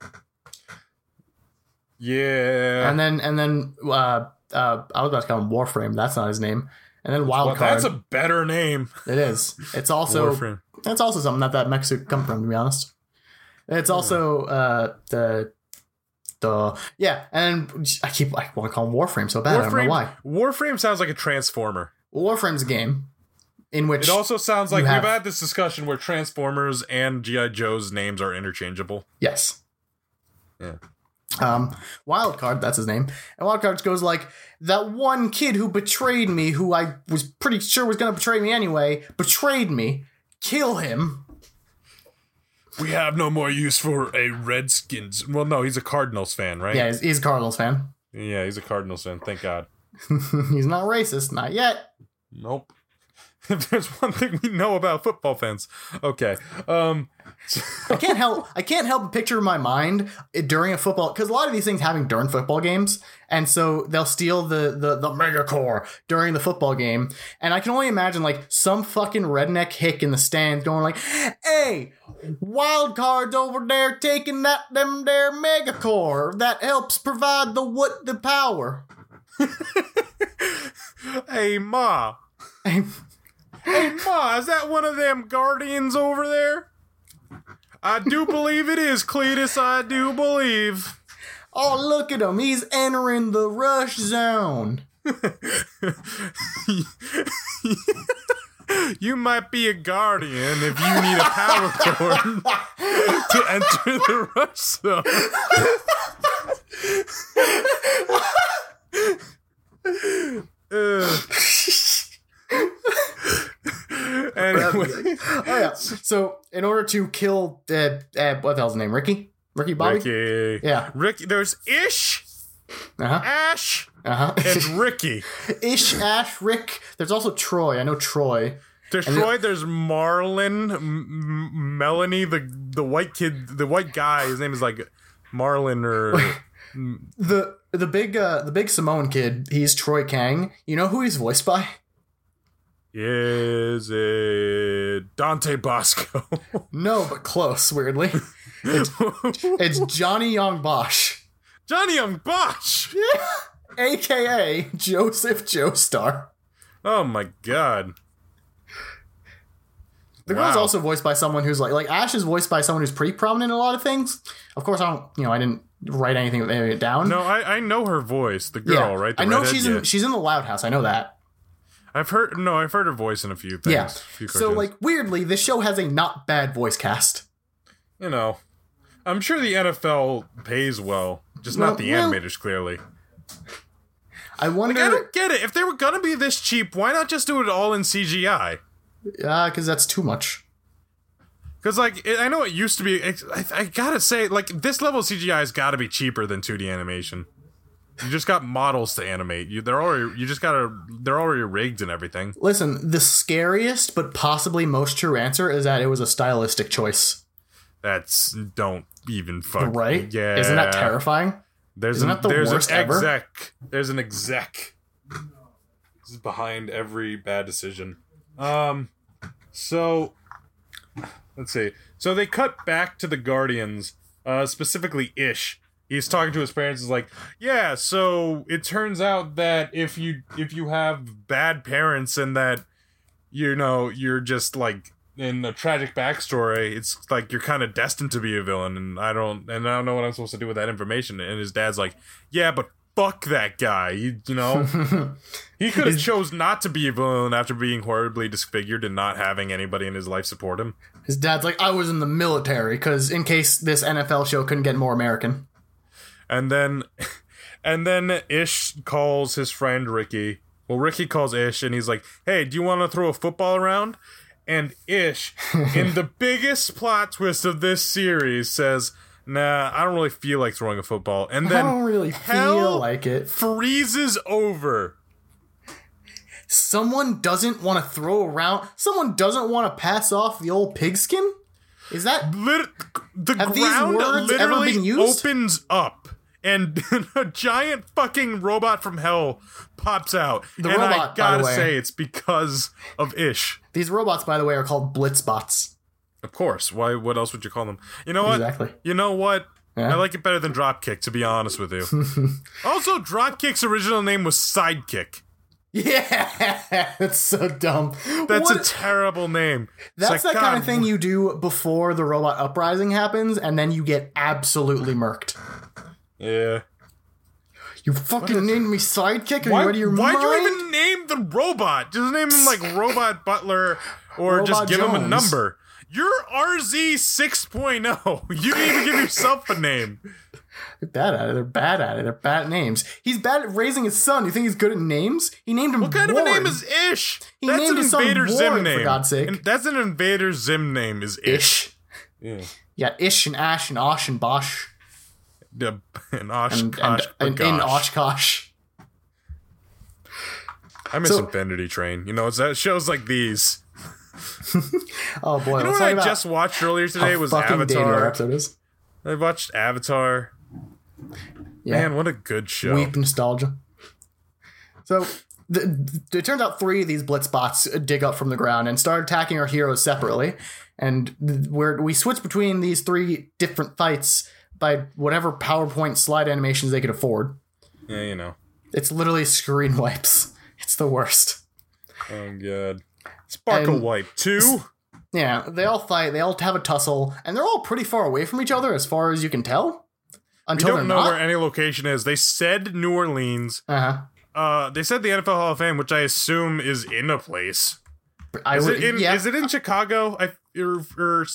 Speaker 2: yeah.
Speaker 3: And then and then uh, uh, I was about to call him Warframe. That's not his name. And then Wild
Speaker 2: Well,
Speaker 3: Card.
Speaker 2: that's a better name.
Speaker 3: it is. It's also
Speaker 2: Warframe.
Speaker 3: That's also something that that Mexico come from, to be honest. It's also uh, the the yeah, and I keep I want to call him Warframe so bad. I don't know why.
Speaker 2: Warframe, Warframe sounds like a transformer.
Speaker 3: Warframe's a game in which
Speaker 2: It also sounds like
Speaker 3: You have-
Speaker 2: we've had this discussion where Transformers and GI Joe's names are interchangeable.
Speaker 3: yes,
Speaker 2: Yeah.
Speaker 3: um, Wildcard that's his name, and Wildcard goes like that one kid who betrayed me, who I was pretty sure was going to betray me anyway, betrayed me. Kill him.
Speaker 2: We have no more use for a Redskins. Well, no, he's a Cardinals fan, right?
Speaker 3: Yeah, he's, he's a Cardinals fan.
Speaker 2: Yeah, he's a Cardinals fan. Thank God.
Speaker 3: he's not racist, not yet.
Speaker 2: Nope. If there's one thing we know about football fans, okay. Um,
Speaker 3: I can't help I can't help but picture in my mind it- during a football because a lot of these things happen during football games, and so they'll steal the the the mega core during the football game, and I can only imagine like some fucking redneck hick in the stands going like, "Hey, wild cards over there taking that them there mega core that helps provide the what the power."
Speaker 2: hey, Ma. Hey, Ma, is that one of them guardians over there? I do believe it is, Cletus. I do believe.
Speaker 3: oh, look at him! He's entering the rush zone.
Speaker 2: You might be a guardian if you need a power cord to enter the rush zone. Ugh. anyway,
Speaker 3: Oh yeah. So in order to kill uh, uh, what the hell's his name? Ricky. Ricky Bobby.
Speaker 2: Ricky.
Speaker 3: Yeah.
Speaker 2: Ricky. There's Ish,
Speaker 3: Uh-huh.
Speaker 2: Ash, and
Speaker 3: Uh-huh.
Speaker 2: Ricky.
Speaker 3: Ish, Ash, Rick. There's also Troy. I know Troy.
Speaker 2: There's Troy. There's Marlon, M- M- Melanie, the the white kid, the white guy. His name is like Marlon or.
Speaker 3: The the big uh the big Samoan kid, he's Troy Kang. You know who he's voiced by?
Speaker 2: Is it Dante Bosco?
Speaker 3: No, but close, weirdly. It's Johnny Young Bosch.
Speaker 2: Johnny Young Bosch!
Speaker 3: AKA Joseph Joestar.
Speaker 2: Oh my god.
Speaker 3: The girl's
Speaker 2: Wow.
Speaker 3: also voiced by someone who's like like Ash is voiced by someone who's pretty prominent in a lot of things. Of course I don't you know, I didn't write anything of it down.
Speaker 2: No, I, I know her voice, the girl, right? The
Speaker 3: I know
Speaker 2: redhead?
Speaker 3: she's
Speaker 2: Yeah.
Speaker 3: in she's in the Loud House, I know that.
Speaker 2: I've heard no, I've heard her voice in a few things.
Speaker 3: Yeah.
Speaker 2: few
Speaker 3: So
Speaker 2: cartoons.
Speaker 3: like weirdly, this show has a not bad voice cast.
Speaker 2: you know. I'm sure the NFL pays well. Just
Speaker 3: Well,
Speaker 2: not the
Speaker 3: well-
Speaker 2: animators, clearly.
Speaker 3: I wonder
Speaker 2: I don't get it. If they were gonna be this cheap, why not just do it all in CGI?
Speaker 3: Ah, because that's too much.
Speaker 2: Because like it, I know it used to be. I, I- I gotta say, like this level of CGI has got to be cheaper than 2D animation. You just got models to animate. You they're already you just gotta they're already rigged and everything.
Speaker 3: Listen, the scariest but possibly most true answer is that it was a stylistic choice,
Speaker 2: That's don't even fuck
Speaker 3: right?
Speaker 2: Yeah,
Speaker 3: Isn't that terrifying?
Speaker 2: There's
Speaker 3: Isn't
Speaker 2: an,
Speaker 3: that the
Speaker 2: there's
Speaker 3: worst
Speaker 2: an
Speaker 3: ever?
Speaker 2: exec. There's an exec. This is behind every bad decision. Um, so let's see. So they cut back to the Guardians, uh, specifically Ish. He's talking to his parents. He's like, "Yeah, so it turns out that if you if you have bad parents and that you know you're just like in a tragic backstory it's like you're kind of destined to be a villain and i don't and i don't know what i'm supposed to do with that information and his dad's like yeah but fuck that guy you, you know he could have chose not to be a villain after being horribly disfigured and not having anybody in his life support him
Speaker 3: His dad's like, I was in the military because in case this NFL show couldn't get more American.
Speaker 2: and then and then ish calls his friend ricky well ricky calls ish and he's like hey do you want to throw a football around and Ish, in the biggest plot twist of this series, says, Nah, I don't really feel like throwing a football. And
Speaker 3: I
Speaker 2: then
Speaker 3: don't really
Speaker 2: hell
Speaker 3: feel like it.
Speaker 2: freezes over.
Speaker 3: Someone doesn't want to throw around. Someone doesn't want to pass off the old pigskin. Is that
Speaker 2: Lit- the
Speaker 3: Have these
Speaker 2: ground
Speaker 3: words ever
Speaker 2: literally
Speaker 3: been used?
Speaker 2: opens up, and a giant fucking robot from hell pops out.
Speaker 3: The
Speaker 2: and
Speaker 3: robot, by
Speaker 2: I
Speaker 3: the
Speaker 2: gotta
Speaker 3: way.
Speaker 2: say, it's because of Ish.
Speaker 3: these robots? By the way, are called blitzbots.
Speaker 2: Of course. Why? What else would you call them? You know what?
Speaker 3: Exactly.
Speaker 2: You know what?
Speaker 3: Yeah.
Speaker 2: I like it better than Dropkick, to be honest with you. also, Dropkick's original name was Sidekick.
Speaker 3: Yeah, that's so dumb.
Speaker 2: That's a
Speaker 3: What-
Speaker 2: terrible name. It's
Speaker 3: that's
Speaker 2: like,
Speaker 3: that kind
Speaker 2: God,
Speaker 3: of thing you do before the robot uprising happens, and then you get absolutely murked.
Speaker 2: Yeah.
Speaker 3: You fucking named me sidekick? Are you out of your
Speaker 2: why'd
Speaker 3: mind?
Speaker 2: you even name the robot? Just name him like Robot Butler or just
Speaker 3: Robot
Speaker 2: give him a
Speaker 3: Jones.
Speaker 2: number. You're RZ 6.0. oh. You didn't even give yourself a name.
Speaker 3: They're bad at it. They're bad at it. They're bad names. He's bad at raising his son. You think he's good at names? He named him
Speaker 2: What kind
Speaker 3: Warren.
Speaker 2: of a name is Ish?
Speaker 3: He
Speaker 2: that's an
Speaker 3: named his son
Speaker 2: Invader Zim
Speaker 3: Warren, for
Speaker 2: name.
Speaker 3: God's sake.
Speaker 2: And that's an Invader Zim name is Ish.
Speaker 3: Ish? Yeah. Ish and Ash and Osh and Bosh
Speaker 2: Yeah. And Osh,
Speaker 3: and,
Speaker 2: Kosh,
Speaker 3: and, and,
Speaker 2: Bagosh.
Speaker 3: and Oshkosh.
Speaker 2: I miss
Speaker 3: So-
Speaker 2: Infinity Train. You know, it's that shows like these.
Speaker 3: Oh boy,
Speaker 2: You know what
Speaker 3: let's talk
Speaker 2: I
Speaker 3: about
Speaker 2: just watched earlier
Speaker 3: how
Speaker 2: today was
Speaker 3: fucking dated our
Speaker 2: Avatar.
Speaker 3: episode is.
Speaker 2: I watched Avatar.
Speaker 3: Yeah.
Speaker 2: Man, what a good show.
Speaker 3: Weep nostalgia. So the, it turns out three of these blitzbots dig up from the ground and start attacking our heroes separately, and where we switch between these three different fights by whatever PowerPoint slide animations they could afford.
Speaker 2: Yeah, you know.
Speaker 3: It's literally screen wipes. It's the worst.
Speaker 2: Oh god. Sparkle
Speaker 3: And-
Speaker 2: Wipe 2?
Speaker 3: Yeah, they all fight. They all have a tussle, and they're all pretty far away from each other, as far as you can tell.
Speaker 2: We
Speaker 3: Until
Speaker 2: don't
Speaker 3: they're
Speaker 2: know
Speaker 3: not.
Speaker 2: where any location is. They said New Orleans.
Speaker 3: uh-huh.
Speaker 2: Uh they said the NFL Hall of Fame, which I assume is in a place.
Speaker 3: I
Speaker 2: Is
Speaker 3: would.
Speaker 2: it in
Speaker 3: yeah,
Speaker 2: is it in Chicago? I or, or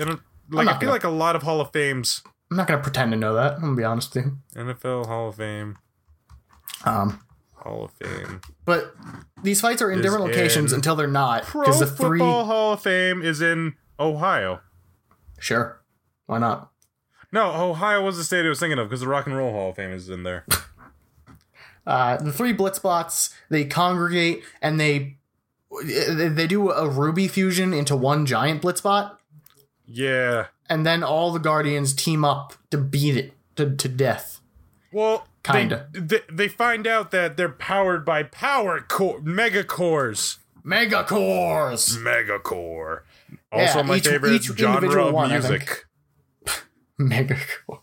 Speaker 2: I don't- like
Speaker 3: not
Speaker 2: I feel
Speaker 3: gonna-
Speaker 2: like a lot of Hall of Fames.
Speaker 3: I'm not gonna pretend to know that. I'm gonna be honest with you.
Speaker 2: NFL Hall of Fame.
Speaker 3: Um,
Speaker 2: Hall of Fame.
Speaker 3: But these fights are in
Speaker 2: Is
Speaker 3: different locations
Speaker 2: in
Speaker 3: until they're not.
Speaker 2: Pro
Speaker 3: Because the three.
Speaker 2: Football Hall of Fame is in Ohio.
Speaker 3: Sure. Why not?
Speaker 2: No, Ohio was the state I was thinking of because the Rock and Roll Hall of Fame is in there.
Speaker 3: Uh, the three Blitzbots, they congregate and they. They they do a ruby fusion into one giant blitzbot,
Speaker 2: yeah.
Speaker 3: and then all the guardians team up to beat it to, to death.
Speaker 2: Well, they-
Speaker 3: Kinda.
Speaker 2: They, they find out that they're powered by power core, mega cores,
Speaker 3: Mega cores,
Speaker 2: mega core. Also,
Speaker 3: Yeah,
Speaker 2: my
Speaker 3: each-
Speaker 2: favorite
Speaker 3: each
Speaker 2: genre
Speaker 3: individual
Speaker 2: of
Speaker 3: one, I
Speaker 2: music.
Speaker 3: mega core.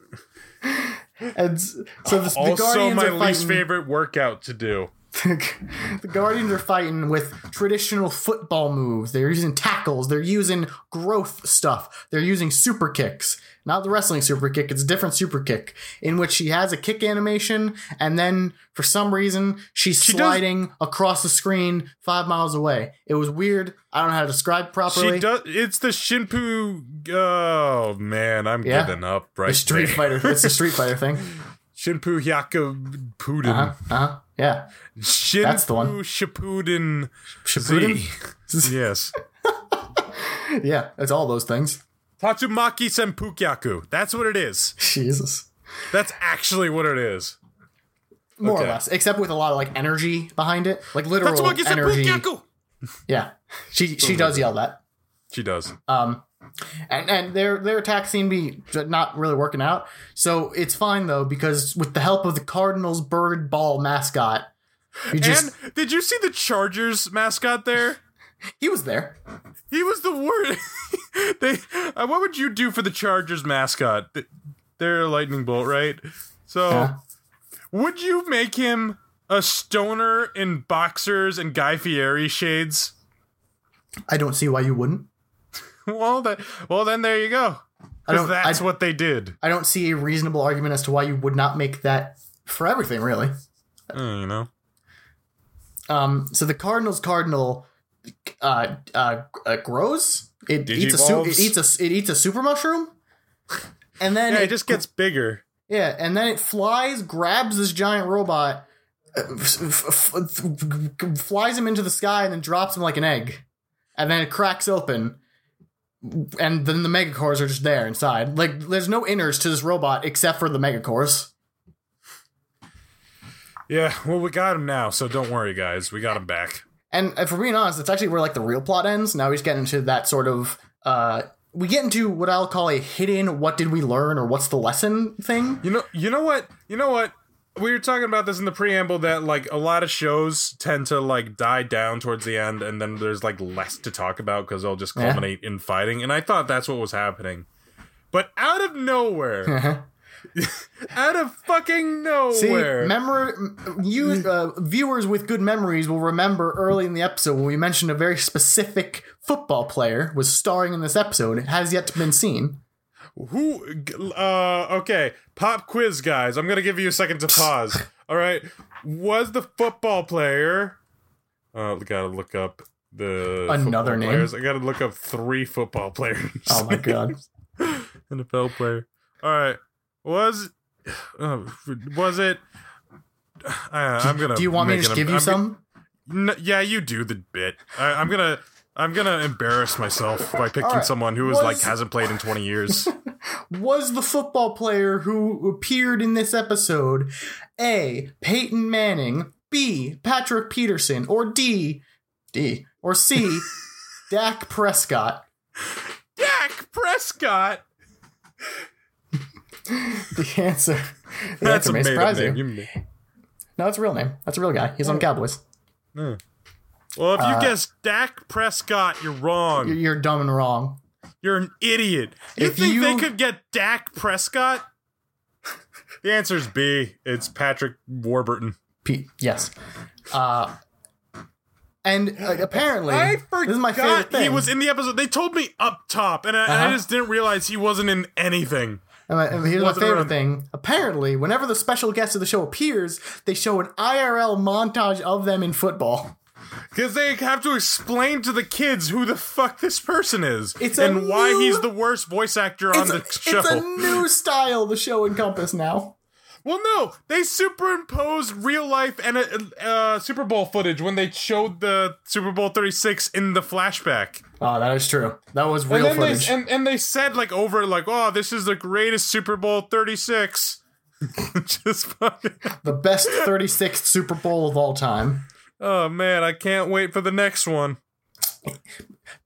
Speaker 3: and s- so the, the
Speaker 2: Also,
Speaker 3: guardians
Speaker 2: my
Speaker 3: are
Speaker 2: least
Speaker 3: fighting-
Speaker 2: favorite workout to do.
Speaker 3: the Guardians are fighting with traditional football moves. They're using tackles. They're using growth stuff. They're using super kicks. Not the wrestling super kick, it's a different super kick in which she has a kick animation and then for some reason she's
Speaker 2: does-
Speaker 3: sliding across the screen five miles away. It was weird. I don't know how to describe it properly.
Speaker 2: She does. It's the Shinpu. Oh man, I'm
Speaker 3: Yeah.
Speaker 2: giving up. Right,
Speaker 3: the Street
Speaker 2: there.
Speaker 3: Fighter. It's a Street Fighter thing.
Speaker 2: Shinpu Hyaku Puden.
Speaker 3: Uh huh. Uh-huh. Yeah.
Speaker 2: Shinpu
Speaker 3: That's the one.
Speaker 2: Shippuden.
Speaker 3: Shippuden?
Speaker 2: yes.
Speaker 3: Yeah. It's all those things.
Speaker 2: Tatsumaki Senpukyaku. That's what it is.
Speaker 3: Jesus.
Speaker 2: That's actually what it is.
Speaker 3: more
Speaker 2: Okay.
Speaker 3: or less, except with a lot of like energy behind it, like literal
Speaker 2: Tatsumaki
Speaker 3: energy.
Speaker 2: Senpukyaku.
Speaker 3: Yeah, she she does yell that.
Speaker 2: She does.
Speaker 3: Um, and and their their attack seem to be not really working out. So it's fine though because with the help of the Cardinals bird ball mascot, you just
Speaker 2: and did you see the Chargers mascot there?
Speaker 3: he was there.
Speaker 2: He was the worst. they, uh, what would you do for the Chargers mascot? Th- They're a lightning bolt, right? So,
Speaker 3: Yeah.
Speaker 2: would you make him a stoner in boxers and Guy Fieri shades?
Speaker 3: I don't see why you wouldn't.
Speaker 2: Well, that, well, then there you go.
Speaker 3: I
Speaker 2: Because
Speaker 3: don't.
Speaker 2: that's
Speaker 3: I,
Speaker 2: what they did.
Speaker 3: I don't see a reasonable argument as to why you would not make that for everything really.
Speaker 2: Uh, you know.
Speaker 3: Um, so the Cardinals cardinal uh, uh, uh, grows. It eats a su- it
Speaker 2: Digivolves.
Speaker 3: eats a it eats a super mushroom, and then
Speaker 2: Yeah, it just gets bigger.
Speaker 3: yeah, and then it flies, grabs this giant robot, uh, f- f- f- f- flies him into the sky, and then drops him like an egg. and then it cracks open, and then the megacores are just there inside. Like there's no innards to this robot except for the megacores.
Speaker 2: Yeah, well, we got him now, so don't worry, guys. We got him back.
Speaker 3: And if we're being honest, it's actually where like the real plot ends. Now we just get into that sort of uh we get into what I'll call a hidden what did we learn or what's the lesson thing.
Speaker 2: You know, you know what? You know what? We were talking about this in the preamble that like a lot of shows tend to like die down towards the end, and then there's like less to talk about because they'll just
Speaker 3: Yeah.
Speaker 2: culminate in fighting. And I thought that's what was happening, but out of nowhere, out of fucking
Speaker 3: See,
Speaker 2: nowhere,
Speaker 3: memor- you uh, viewers with good memories will remember early in the episode when we mentioned a very specific football player was starring in this episode. It has yet been seen.
Speaker 2: Who? g- Uh, okay. Pop quiz, guys. I'm gonna give you a second to pause. All right. Was the football player? Uh, gotta look up the
Speaker 3: Another
Speaker 2: football
Speaker 3: name?
Speaker 2: Players. I gotta look up three football players.
Speaker 3: Oh my god!
Speaker 2: NFL player. All right. Was uh, was it? Uh, I'm gonna.
Speaker 3: Do you want me to
Speaker 2: make
Speaker 3: just
Speaker 2: an-
Speaker 3: give you
Speaker 2: I'm go-
Speaker 3: some?
Speaker 2: N- yeah, you do the bit. I, I'm gonna. I'm gonna embarrass myself by picking
Speaker 3: right.
Speaker 2: someone who is
Speaker 3: Was-
Speaker 2: like hasn't played in 20 years.
Speaker 3: Was the football player who appeared in this episode A. Peyton Manning, B. Patrick Peterson, or D. D. or C. Dak Prescott?
Speaker 2: Dak Prescott.
Speaker 3: The answer. The
Speaker 2: That's
Speaker 3: answer
Speaker 2: a
Speaker 3: may
Speaker 2: made
Speaker 3: surprise
Speaker 2: name. Oh.
Speaker 3: you.
Speaker 2: You made-
Speaker 3: No, it's a real name. That's a real guy. He's on Cowboys.
Speaker 2: Well, if you guess Dak Prescott, you're wrong.
Speaker 3: You're,
Speaker 2: You're,
Speaker 3: you're dumb and wrong.
Speaker 2: an idiot. You
Speaker 3: If
Speaker 2: think they
Speaker 3: you-
Speaker 2: could get Dak Prescott? The answer's B. It's Patrick Warburton.
Speaker 3: Pete, yes. Uh, and uh, apparently,
Speaker 2: I
Speaker 3: this is my favorite
Speaker 2: forgot
Speaker 3: thing.
Speaker 2: he was in the episode. They told me up top, and I, and I
Speaker 3: Uh-huh.
Speaker 2: just didn't realize he wasn't in anything.
Speaker 3: And my- and here's my
Speaker 2: Wasn't
Speaker 3: favorite
Speaker 2: around.
Speaker 3: thing. Apparently, whenever the special guest of the show appears, they show an IRL montage of them in football.
Speaker 2: Because they have to explain to the kids who the fuck this person is
Speaker 3: It's a
Speaker 2: and why
Speaker 3: new-
Speaker 2: he's the worst voice actor on
Speaker 3: It's,
Speaker 2: the
Speaker 3: a,
Speaker 2: show.
Speaker 3: it's a new style the show encompass now.
Speaker 2: Well, no, they superimposed real life and uh, uh, Super Bowl footage when they showed the Super Bowl 36 in the flashback.
Speaker 3: Oh, that is true. That was
Speaker 2: And
Speaker 3: real
Speaker 2: then
Speaker 3: footage.
Speaker 2: they and, and they said like over like, "Oh, this is the greatest Super Bowl 36." Just fucking
Speaker 3: the best 36th Super Bowl of all time.
Speaker 2: Oh man, I can't wait for the next one.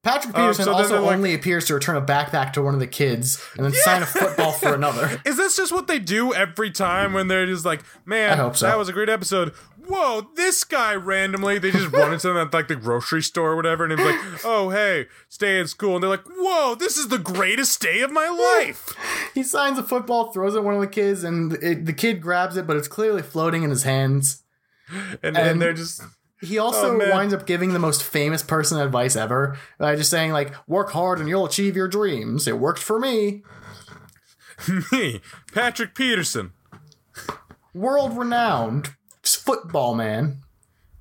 Speaker 3: Patrick Peterson
Speaker 2: Oh, so then
Speaker 3: also
Speaker 2: they're like-
Speaker 3: only appears to return a backpack to one of the kids and then sign a football for another.
Speaker 2: Is this just what they do every time when they're just like, man,
Speaker 3: I hope so.
Speaker 2: that was a great episode. Whoa, this guy randomly, they just run into them at like the grocery store or whatever, and it's like, oh, hey, stay in school. And they're like, whoa, this is the greatest day of my life.
Speaker 3: He signs a football, throws it at one of the kids, and it, the kid grabs it, but it's clearly floating in his hands.
Speaker 2: And, and,
Speaker 3: And-
Speaker 2: they're just,
Speaker 3: He also
Speaker 2: Oh, man.
Speaker 3: winds up giving the most famous person advice ever by just saying, like, work hard and you'll achieve your dreams. It worked for me.
Speaker 2: me, Patrick Peterson.
Speaker 3: World renowned football man.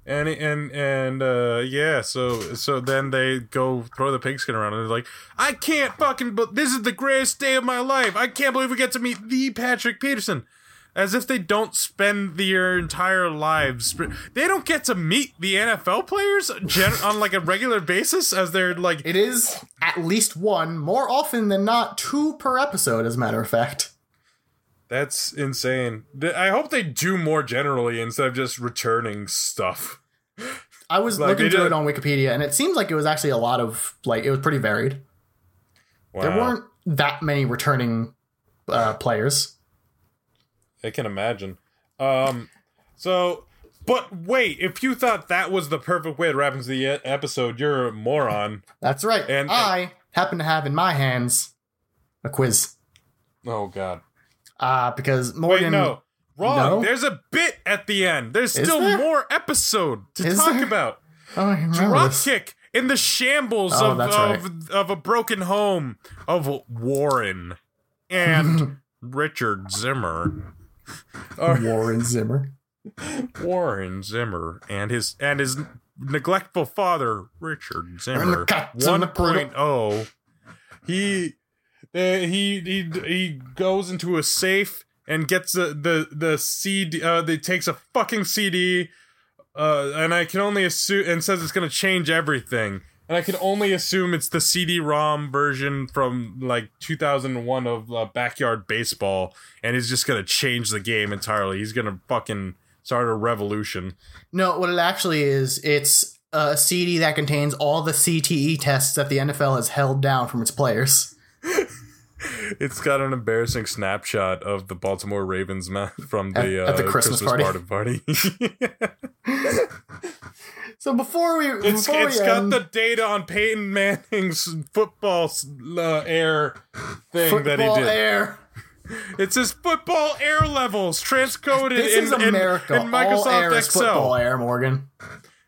Speaker 2: And, and and uh yeah, so so then they go throw the pigskin around and they're like, I can't fucking but this is the greatest day of my life. I can't believe we get to meet the Patrick Peterson. As if they don't spend their entire lives. sp- They don't get to meet the NFL players gen- on like a regular basis as they're like
Speaker 3: It is at least one, more often than not, two per episode, as a matter of fact.
Speaker 2: That's insane. Th- I hope they do more generally instead of just returning stuff.
Speaker 3: I was
Speaker 2: Like,
Speaker 3: looking
Speaker 2: they
Speaker 3: through
Speaker 2: did-
Speaker 3: it on Wikipedia, and it seems like it was actually a lot of, like, it was pretty varied.
Speaker 2: Wow.
Speaker 3: There weren't that many returning uh, players.
Speaker 2: I can imagine. Um, so, but wait, if you thought that was the perfect way to wrap into the e- episode, you're a moron.
Speaker 3: That's right.
Speaker 2: And-
Speaker 3: I happen to have in my hands a quiz.
Speaker 2: Oh God!
Speaker 3: Uh, because
Speaker 2: Wait,
Speaker 3: Morgan.
Speaker 2: no, wrong.
Speaker 3: No?
Speaker 2: There's a bit at the end. There's
Speaker 3: Is
Speaker 2: still
Speaker 3: there?
Speaker 2: more episode to
Speaker 3: Is
Speaker 2: talk
Speaker 3: there?
Speaker 2: about.
Speaker 3: Oh, I remember this.
Speaker 2: Dropkick in the shambles
Speaker 3: Oh,
Speaker 2: of
Speaker 3: that's
Speaker 2: of, of a broken home of Warren and Richard Zimmer.
Speaker 3: Warren Zimmer.
Speaker 2: Warren Zimmer and his and his neglectful father Richard
Speaker 3: And
Speaker 2: Zimmer
Speaker 3: the cats in the poodle.
Speaker 2: 1.0 he uh, he he he goes into a safe and gets the the the CD uh they takes a fucking CD uh and I can only assume and says it's going to change everything and I can only assume it's the CD-ROM version from like 2001 of uh, Backyard Baseball, and he's just gonna change the game entirely. He's gonna fucking start a revolution.
Speaker 3: No, what it actually is, it's a CD that contains all the CTE tests that the NFL has held down from its players.
Speaker 2: It's got an embarrassing snapshot of the Baltimore Ravens ma- from the,
Speaker 3: At-
Speaker 2: uh,
Speaker 3: at the Christmas party.
Speaker 2: party.
Speaker 3: So before we,
Speaker 2: It's,
Speaker 3: before
Speaker 2: it's
Speaker 3: we
Speaker 2: got
Speaker 3: end,
Speaker 2: the data on Peyton Manning's football uh, air thing
Speaker 3: football
Speaker 2: that he did.
Speaker 3: air.
Speaker 2: It's his football air levels transcoded
Speaker 3: This
Speaker 2: in,
Speaker 3: is
Speaker 2: in-
Speaker 3: America.
Speaker 2: in, Microsoft
Speaker 3: all air is
Speaker 2: Excel.
Speaker 3: football air, Morgan.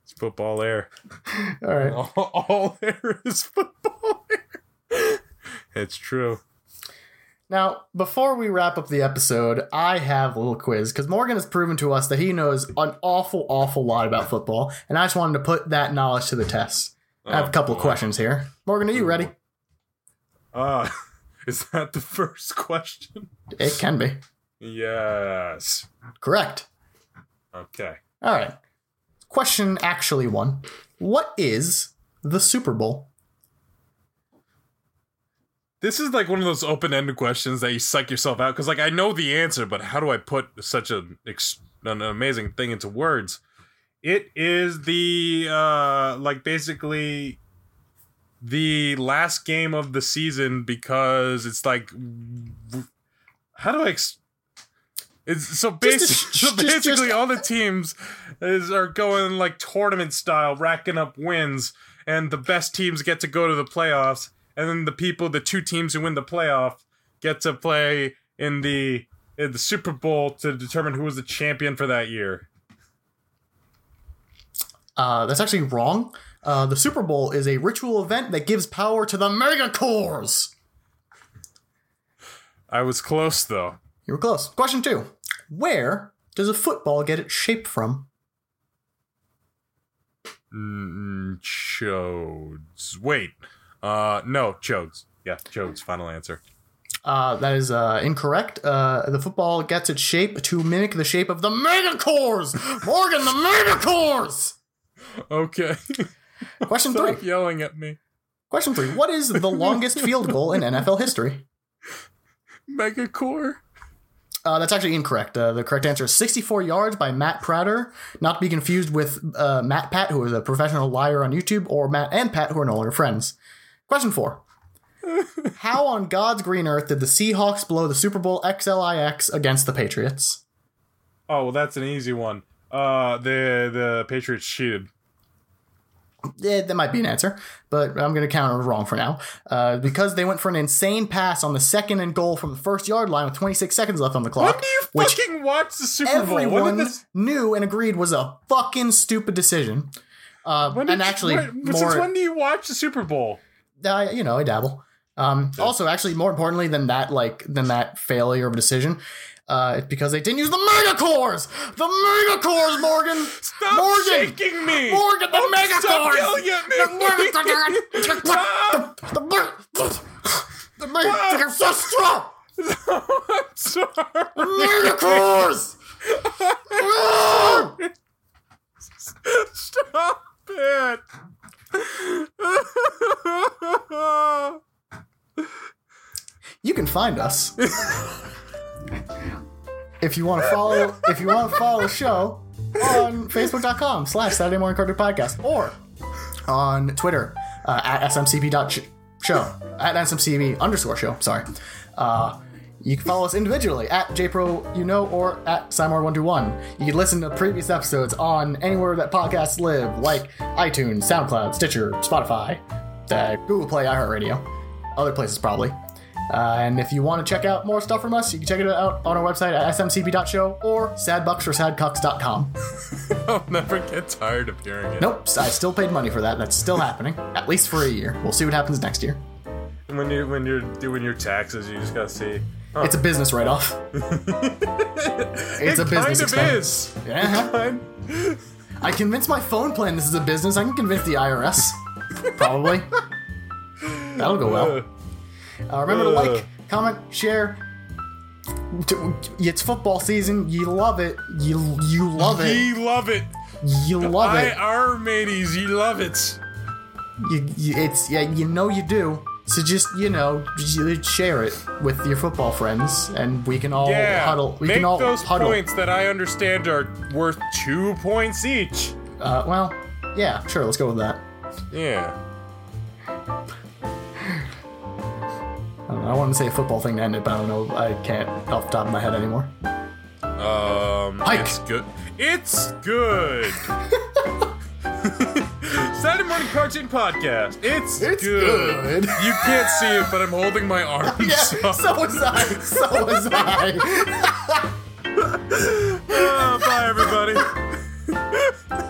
Speaker 2: It's football air.
Speaker 3: All right.
Speaker 2: All, all air is football air. It's true.
Speaker 3: Now, before we wrap up the episode, I have a little quiz because Morgan has proven to us that he knows an awful, awful lot about football, and I just wanted to put that knowledge to the test. I
Speaker 2: Oh,
Speaker 3: have a couple of questions here. Morgan, are you ready?
Speaker 2: Uh, is that the first question?
Speaker 3: It can be.
Speaker 2: Yes.
Speaker 3: Correct.
Speaker 2: Okay.
Speaker 3: All right. Question actually one. What is the Super Bowl?
Speaker 2: This is like one of those open-ended questions that you psych yourself out because, like, I know the answer, but how do I put such an ex- an amazing thing into words? It is the uh, like basically the last game of the season because it's like w- how do I? Ex- it's so
Speaker 3: Just a
Speaker 2: basic.
Speaker 3: sh-
Speaker 2: so
Speaker 3: just-
Speaker 2: basically,
Speaker 3: just-
Speaker 2: all the teams is are going like tournament style, racking up wins, and the best teams get to go to the playoffs, and then the people, the two teams who win the playoff, get to play in the in the Super Bowl to determine who was the champion for that year.
Speaker 3: Uh, that's actually wrong. Uh, the Super Bowl is a ritual event that gives power to the mega cores.
Speaker 2: I was close though.
Speaker 3: You were close. Question two. Where does a football get its shape from?
Speaker 2: Mm, Chodes. Wait. Uh, no, Chodes. Yeah, Chodes. Final answer.
Speaker 3: Uh, that is uh, incorrect. Uh, the football gets its shape to mimic the shape of the megacores. Morgan, the megacores.
Speaker 2: Okay.
Speaker 3: Question three.
Speaker 2: Stop yelling at me.
Speaker 3: Question three. What is the longest field goal in NFL history?
Speaker 2: Megacore.
Speaker 3: Uh, that's actually incorrect. Uh, the correct answer is 64 yards by Matt Prater, not to be confused with uh, Matt Pat, who is a professional liar on YouTube, or Matt and Pat, who are no longer friends. Question four. How on God's green earth did the Seahawks blow the Super Bowl XLIX against the Patriots?
Speaker 2: Oh, well, that's an easy one. Uh, the the Patriots cheated.
Speaker 3: Eh, that might be an answer, but I'm going to count it wrong for now. Uh, because they went for an insane pass on the second and goal from the first yard line with 26 seconds left on the clock,
Speaker 2: When do you
Speaker 3: which
Speaker 2: fucking watch the Super Bowl? When
Speaker 3: everyone
Speaker 2: did this?
Speaker 3: knew and agreed was a fucking stupid decision. Uh,
Speaker 2: When did
Speaker 3: and
Speaker 2: you-
Speaker 3: actually,
Speaker 2: when- since
Speaker 3: more,
Speaker 2: when do you watch the Super Bowl?
Speaker 3: uh, you know, I dabble. Um, Also, actually, more importantly than that, like than that failure of a decision, uh, it's because they didn't use the mega cores. The mega cores, Morgan.
Speaker 2: Stop
Speaker 3: Morgan.
Speaker 2: shaking me! Oh,
Speaker 3: Morgan, the mega
Speaker 2: Stop
Speaker 3: cores.
Speaker 2: yelling at me!
Speaker 3: The the mega so strong.
Speaker 2: I'm sorry.
Speaker 3: Mega cores.
Speaker 2: Stop it!
Speaker 3: you can find us if you want to follow if you want to follow the show on facebook.com slash saturday morning cartoon podcast or on twitter uh, at smcb.show at smcb underscore show sorry uh, you can follow us individually at jpro you know or at simor121 you can listen to previous episodes on anywhere that podcasts live like itunes soundcloud stitcher spotify uh, google play iheartradio other places probably uh, and if you want to check out more stuff from us, you can check it out on our website at smcb.show or sadbucksforsadcucks.com.
Speaker 2: I'll never get tired of hearing it.
Speaker 3: Nope, I still paid money for that. That's still happening, at least for a year. We'll see what happens next year.
Speaker 2: When you when you're doing your taxes, you just gotta see. Huh.
Speaker 3: It's a business write off.
Speaker 2: it's
Speaker 3: a
Speaker 2: it
Speaker 3: business
Speaker 2: kind
Speaker 3: expense.
Speaker 2: Of is.
Speaker 3: Yeah.
Speaker 2: Kind-
Speaker 3: I convinced my phone plan this is a business. I can convince the IRS. Probably. That'll go well. Uh, remember to
Speaker 2: Ugh.
Speaker 3: like, comment, share. D- It's football season. You love it. You you love it.
Speaker 2: Ye love it.
Speaker 3: You love
Speaker 2: I uh,
Speaker 3: it.
Speaker 2: are mateys. Ye love it.
Speaker 3: You, you, it's yeah, you know you do. So just you know, just share it with your football friends, and Oh, we can all
Speaker 2: Yeah.
Speaker 3: huddle. We
Speaker 2: Make
Speaker 3: can all
Speaker 2: those
Speaker 3: huddle.
Speaker 2: points that I understand are worth two points each.
Speaker 3: Uh, well, yeah, sure. Let's go with that.
Speaker 2: Yeah.
Speaker 3: I, don't know, I wanted to say a football thing to end it, but I don't know. I can't off the top of my head anymore.
Speaker 2: Um.
Speaker 3: Hike.
Speaker 2: It's good. It's good. Saturday morning cartoon podcast. It's,
Speaker 3: It's good.
Speaker 2: You can't see it, but I'm holding my arms.
Speaker 3: Yeah,
Speaker 2: up.
Speaker 3: so was I. So was I.
Speaker 2: Uh, bye, everybody.